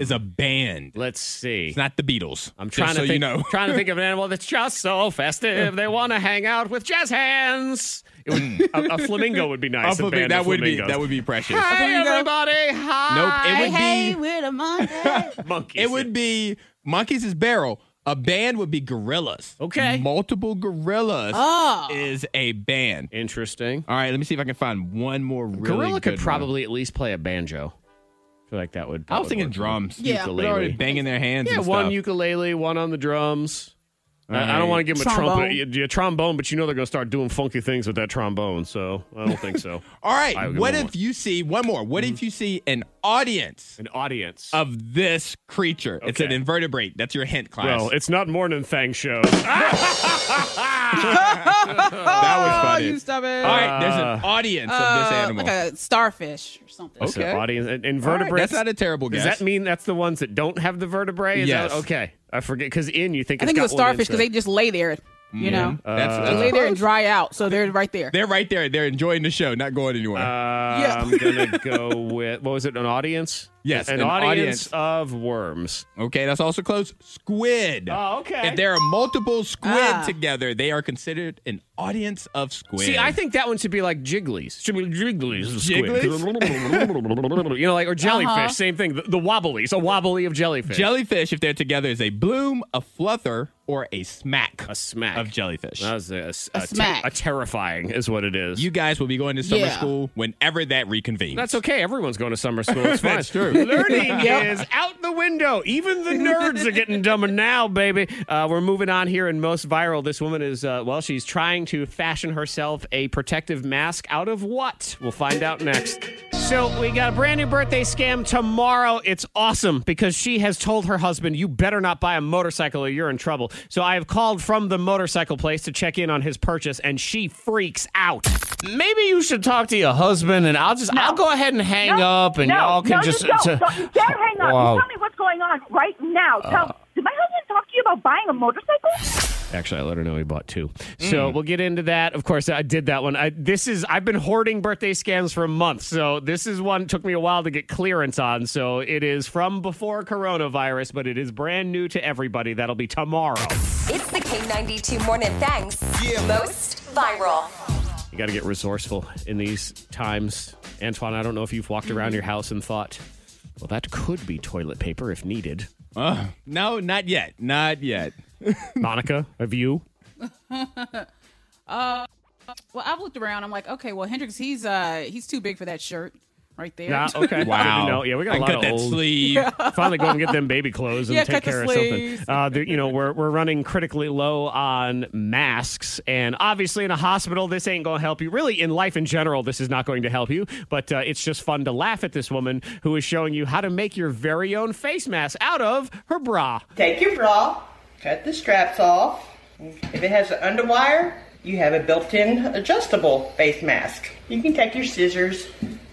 Speaker 6: is a band?
Speaker 4: Let's see.
Speaker 6: It's not the Beatles.
Speaker 4: Hmm. I'm trying
Speaker 6: just
Speaker 4: to
Speaker 6: so
Speaker 4: think,
Speaker 6: you know.
Speaker 4: trying to think of an animal that's just so festive. They want to hang out with jazz hands. It would, a, a flamingo would be nice.
Speaker 6: Off
Speaker 4: a
Speaker 6: of
Speaker 4: band
Speaker 6: it, that
Speaker 4: of
Speaker 6: would be
Speaker 4: flamingos.
Speaker 6: that would be precious.
Speaker 4: Hey
Speaker 5: flamingo.
Speaker 4: everybody! Hi.
Speaker 6: Nope, it would
Speaker 5: Hey,
Speaker 6: be
Speaker 5: with a monkey.
Speaker 4: monkeys.
Speaker 6: it would be monkeys is barrel. A band would be gorillas.
Speaker 4: Okay. Ah.
Speaker 6: multiple gorillas
Speaker 5: Oh.
Speaker 6: is a band.
Speaker 4: interesting.
Speaker 6: All right, let me see if I can find one more. Really
Speaker 4: Gorilla
Speaker 6: good
Speaker 4: could
Speaker 6: one.
Speaker 4: probably at least play a banjo. I feel like that would.
Speaker 6: I was
Speaker 4: that would
Speaker 6: thinking
Speaker 4: work.
Speaker 6: drums.
Speaker 5: Yeah.
Speaker 6: They're already
Speaker 4: Ukulele.
Speaker 6: banging their hands.
Speaker 4: Yeah,
Speaker 6: and
Speaker 4: one
Speaker 6: stuff.
Speaker 4: ukulele, one on the drums. I- I,
Speaker 6: Alright.
Speaker 4: don't want to give him a
Speaker 5: Trombone.
Speaker 4: trumpet, yeah, yeah, trombone, but you know they're going to start doing funky things with that trombone, so I don't think so.
Speaker 6: All
Speaker 4: I
Speaker 6: right.
Speaker 4: would
Speaker 6: What
Speaker 4: go
Speaker 6: if
Speaker 4: one.
Speaker 6: you see one more? What if you see an audience
Speaker 4: An audience.
Speaker 6: of this creature? It's an
Speaker 4: Okay.
Speaker 6: invertebrate. That's your hint, class.
Speaker 4: well, it's not morning thang shows.
Speaker 6: that was
Speaker 5: Oh,
Speaker 6: funny.
Speaker 5: you stop it.
Speaker 6: All right, there's an audience of this animal.
Speaker 5: Like a starfish or something.
Speaker 4: That's
Speaker 6: Okay.
Speaker 4: an audience. and
Speaker 6: All right,
Speaker 4: Invertebrates.
Speaker 6: That's not a terrible
Speaker 4: Does
Speaker 6: guess.
Speaker 4: that mean that's the ones that don't have the vertebrae? Is
Speaker 6: Yes.
Speaker 4: that- okay. I forget because in you think
Speaker 5: I
Speaker 4: it's
Speaker 5: think it's a
Speaker 4: got one
Speaker 5: starfish because they
Speaker 4: inside.
Speaker 5: just lay there. You know,
Speaker 4: Mm-hmm.
Speaker 6: That's,
Speaker 5: they
Speaker 6: that's
Speaker 5: lay there and
Speaker 6: close.
Speaker 5: dry out, so they're right there.
Speaker 6: They're right there. They're enjoying the show, not going anywhere.
Speaker 4: Uh,
Speaker 5: Yeah.
Speaker 4: I'm gonna go with what was it? An audience?
Speaker 6: Yes,
Speaker 4: an,
Speaker 6: an
Speaker 4: audience, of worms.
Speaker 6: okay, that's also close. Squid.
Speaker 4: Oh, okay.
Speaker 6: If there are multiple squid
Speaker 5: Ah.
Speaker 6: together, they are considered an audience of squid.
Speaker 4: See, I think that one should be like jigglies. Should be jigglies. of squid. you know, like or jellyfish.
Speaker 6: Uh-huh.
Speaker 4: Same thing. The, the wobblies. A wobbly of jellyfish.
Speaker 6: jellyfish, if they're together, is a bloom, a fluther, or a smack.
Speaker 4: a smack
Speaker 6: of jellyfish.
Speaker 4: That was a, a, a ter-
Speaker 5: smack.
Speaker 4: a terrifying is what it is.
Speaker 6: You guys will be going to summer
Speaker 5: Yeah.
Speaker 6: school whenever that reconvenes.
Speaker 4: That's okay. Everyone's going to summer school. It's fine.
Speaker 6: That's true.
Speaker 4: Learning is out the window. Even the nerds are getting dumber now, baby. Uh, we're moving on here and most viral. This woman is, uh, well, she's trying to fashion herself a protective mask out of what? We'll find out next. So we got a brand new birthday scam tomorrow. It's awesome because she has told her husband, "You better not buy a motorcycle or you're in trouble." So I have called from the motorcycle place to check in on his purchase, and she freaks out.
Speaker 1: Maybe you should talk to your husband, and I'll just I'll go ahead and hang
Speaker 8: No,
Speaker 1: up, and
Speaker 8: no,
Speaker 1: y'all can
Speaker 8: no,
Speaker 1: just.
Speaker 8: don't,
Speaker 4: uh,
Speaker 1: to-
Speaker 8: don't you dare hang up.
Speaker 1: Wow. Uh.
Speaker 8: You tell me what's going on right now. Tell, did my husband talk to you about buying a motorcycle?
Speaker 4: Actually, I let her know he bought two. So we'll get into that. Of course, I did that one. I, this is I've been hoarding birthday scams for months, so this is one took me a while to get clearance on. So it is from before coronavirus, but it is brand new to everybody. That'll be tomorrow.
Speaker 2: It's the K92 Morning Thanks. Most viral.
Speaker 4: You got to get resourceful in these times. Antoine, I don't know if you've walked
Speaker 8: Mm-hmm.
Speaker 4: around your house and thought, well, that could be toilet paper if needed.
Speaker 6: Uh, no, not yet. Not yet.
Speaker 4: Monica, have you?
Speaker 5: Uh, well, I've looked around. I'm like, okay, well, Hendrix, he's uh, he's too big for that shirt right there.
Speaker 4: Yeah, okay. Good to know. Yeah, we got a
Speaker 6: And
Speaker 4: lot
Speaker 6: cut
Speaker 4: of
Speaker 6: that
Speaker 4: old.
Speaker 6: sleeve.
Speaker 4: Finally, go and get them baby clothes and
Speaker 5: Yeah,
Speaker 4: take
Speaker 5: cut the
Speaker 4: care of something.
Speaker 5: sleeves.
Speaker 4: Uh, the- you know, we're we're running critically low on masks, and obviously in a hospital, this ain't going to help you. Really, in life in general, this is not going to help you. But uh, it's just fun to laugh at this woman who is showing you how to make your very own face mask out of her bra.
Speaker 20: Take your bra, cut the straps off. If it has an underwire, you have a built-in adjustable face mask. You can take your scissors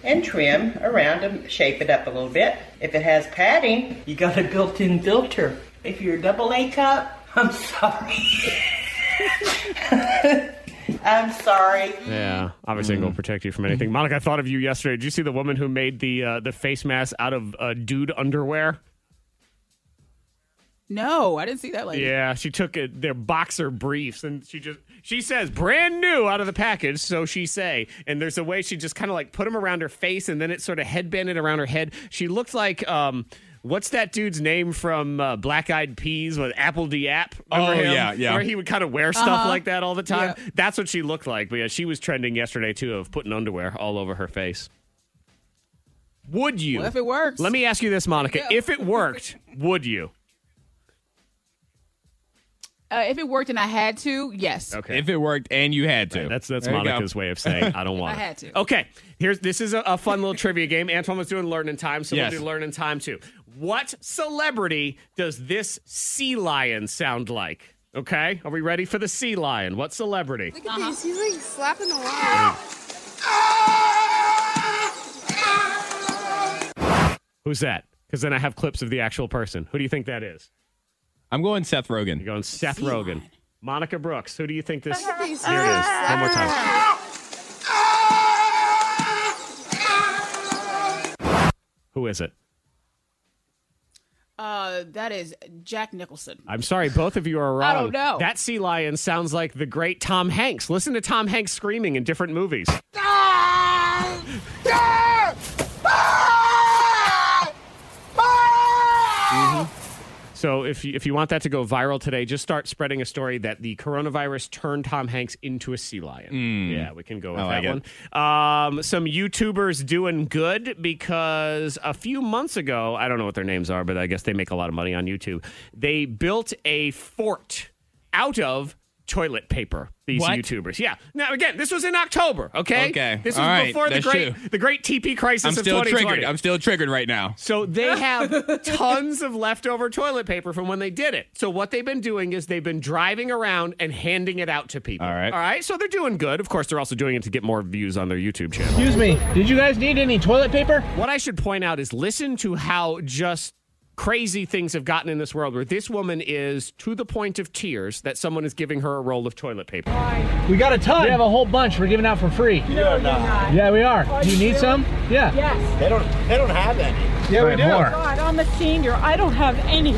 Speaker 20: and trim around and shape it up a little bit. If it has padding, you got a built-in filter. If you're a double A cup, I'm sorry. I'm sorry.
Speaker 4: Yeah, obviously it ain't gonna protect you from anything. Monica, I thought of you yesterday. Did you see the woman who made the uh, the face mask out of uh, dude underwear?
Speaker 5: No, I didn't see that lady.
Speaker 4: Yeah, she took it, their boxer briefs and she just she says brand new out of the package, so she say. And there's a way she just kind of like put them around her face and then it sort of headbanded around her head. She looked like um. What's that dude's name from uh, Black Eyed Peas with Apple D App? Remember
Speaker 6: Oh,
Speaker 4: him?
Speaker 6: yeah, yeah.
Speaker 4: Where he would kind of wear stuff
Speaker 6: Uh-huh.
Speaker 4: like that all the time. That's what she looked like. But yeah, she was trending yesterday too of putting underwear all over her face. Would you?
Speaker 5: Well, if it works.
Speaker 4: Let me ask you this, Monica.
Speaker 5: Yeah.
Speaker 4: If it worked, would you?
Speaker 5: Uh, if it worked and I had to, yes.
Speaker 4: Okay.
Speaker 6: If it worked and you had to.
Speaker 4: That's that's
Speaker 6: There you go.
Speaker 4: Monica's way of saying I don't want.
Speaker 5: I
Speaker 4: it."
Speaker 5: had to.
Speaker 4: Okay, here's this is a, a fun little trivia game. Antoine was doing learning time, so
Speaker 6: Yes.
Speaker 4: we'll do learning time too. What celebrity does this sea lion sound like? Okay, are we ready for the sea lion? What celebrity?
Speaker 10: Look at this. He's like slapping the wall.
Speaker 4: Who's that? Because then I have clips of the actual person. Who do you think that is?
Speaker 6: I'm going Seth Rogen. You're
Speaker 4: going Seth Rogen. Monica Brooks. Who do you think this? Here
Speaker 10: Look at
Speaker 4: it is.
Speaker 10: these
Speaker 4: One more time. Who is it?
Speaker 5: Uh, that is Jack Nicholson.
Speaker 4: I'm sorry, both of you are wrong.
Speaker 5: I don't know.
Speaker 4: That sea lion sounds like the great Tom Hanks. Listen to Tom Hanks screaming in different movies. So if you, if you want that to go viral today, just start spreading a story that the coronavirus turned Tom Hanks into a sea lion. Yeah, we can go with
Speaker 6: Hmm. Oh, I like
Speaker 4: that
Speaker 6: it.
Speaker 4: one. Um, some YouTubers doing good because a few months ago, I don't know what their names are, but I guess they make a lot of money on YouTube. They built a fort out of toilet paper. These
Speaker 6: What?
Speaker 4: YouTubers, yeah. Now again, this was in October. Okay,
Speaker 6: Okay.
Speaker 4: This was
Speaker 6: All right.
Speaker 4: before the
Speaker 6: That's
Speaker 4: great
Speaker 6: true.
Speaker 4: the great TP crisis
Speaker 6: I'm
Speaker 4: of
Speaker 6: still
Speaker 4: 2020.
Speaker 6: triggered. I'm still triggered right now.
Speaker 4: So they have tons of leftover toilet paper from when they did it. So what they've been doing is they've been driving around and handing it out to people. All right. All right. So they're doing good. Of course, they're also doing it to get more views on their YouTube channel.
Speaker 21: Excuse me, did you guys need any toilet paper?
Speaker 4: What I should point out is listen to how just crazy things have gotten in this world where this woman is to the point of tears that someone is giving her a roll of toilet paper.
Speaker 21: We got a ton. We have a whole bunch. We're giving out for free. No, we not. Yeah, we are. Do you need some? Yeah.
Speaker 22: Yes.
Speaker 21: They don't. They don't have any. Yeah, we do.
Speaker 22: God, I'm a senior. I don't have any.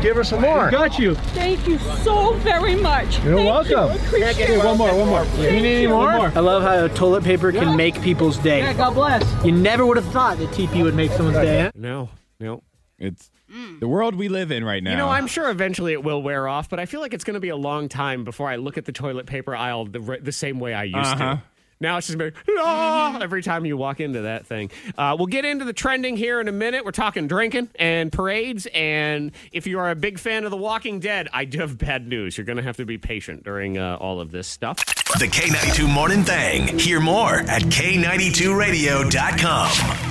Speaker 21: Give her some more. Got you.
Speaker 22: Thank you so very much.
Speaker 21: You're
Speaker 22: Thank you.
Speaker 21: welcome.
Speaker 22: Appreciate
Speaker 21: Okay, one more. One more.
Speaker 22: Thank
Speaker 21: you need any
Speaker 22: you.
Speaker 21: more? I love how toilet paper can make people's day.
Speaker 22: Yeah, God bless.
Speaker 21: You never would have thought that TP would make someone's day. Huh?
Speaker 4: No, no.
Speaker 6: It's the world we live in right now.
Speaker 4: You know, I'm sure eventually it will wear off, but I feel like it's going to be a long time before I look at the toilet paper aisle the, re- the same way I used
Speaker 6: Uh-huh.
Speaker 4: to. Now it's just gonna be "Ah," every time you walk into that thing. Uh, we'll get into the trending here in a minute. We're talking drinking and parades, and if you are a big fan of The Walking Dead, I do have bad news. You're gonna have to be patient during uh, all of this stuff.
Speaker 13: The K92 Morning Thing. Hear more at K92Radio.com.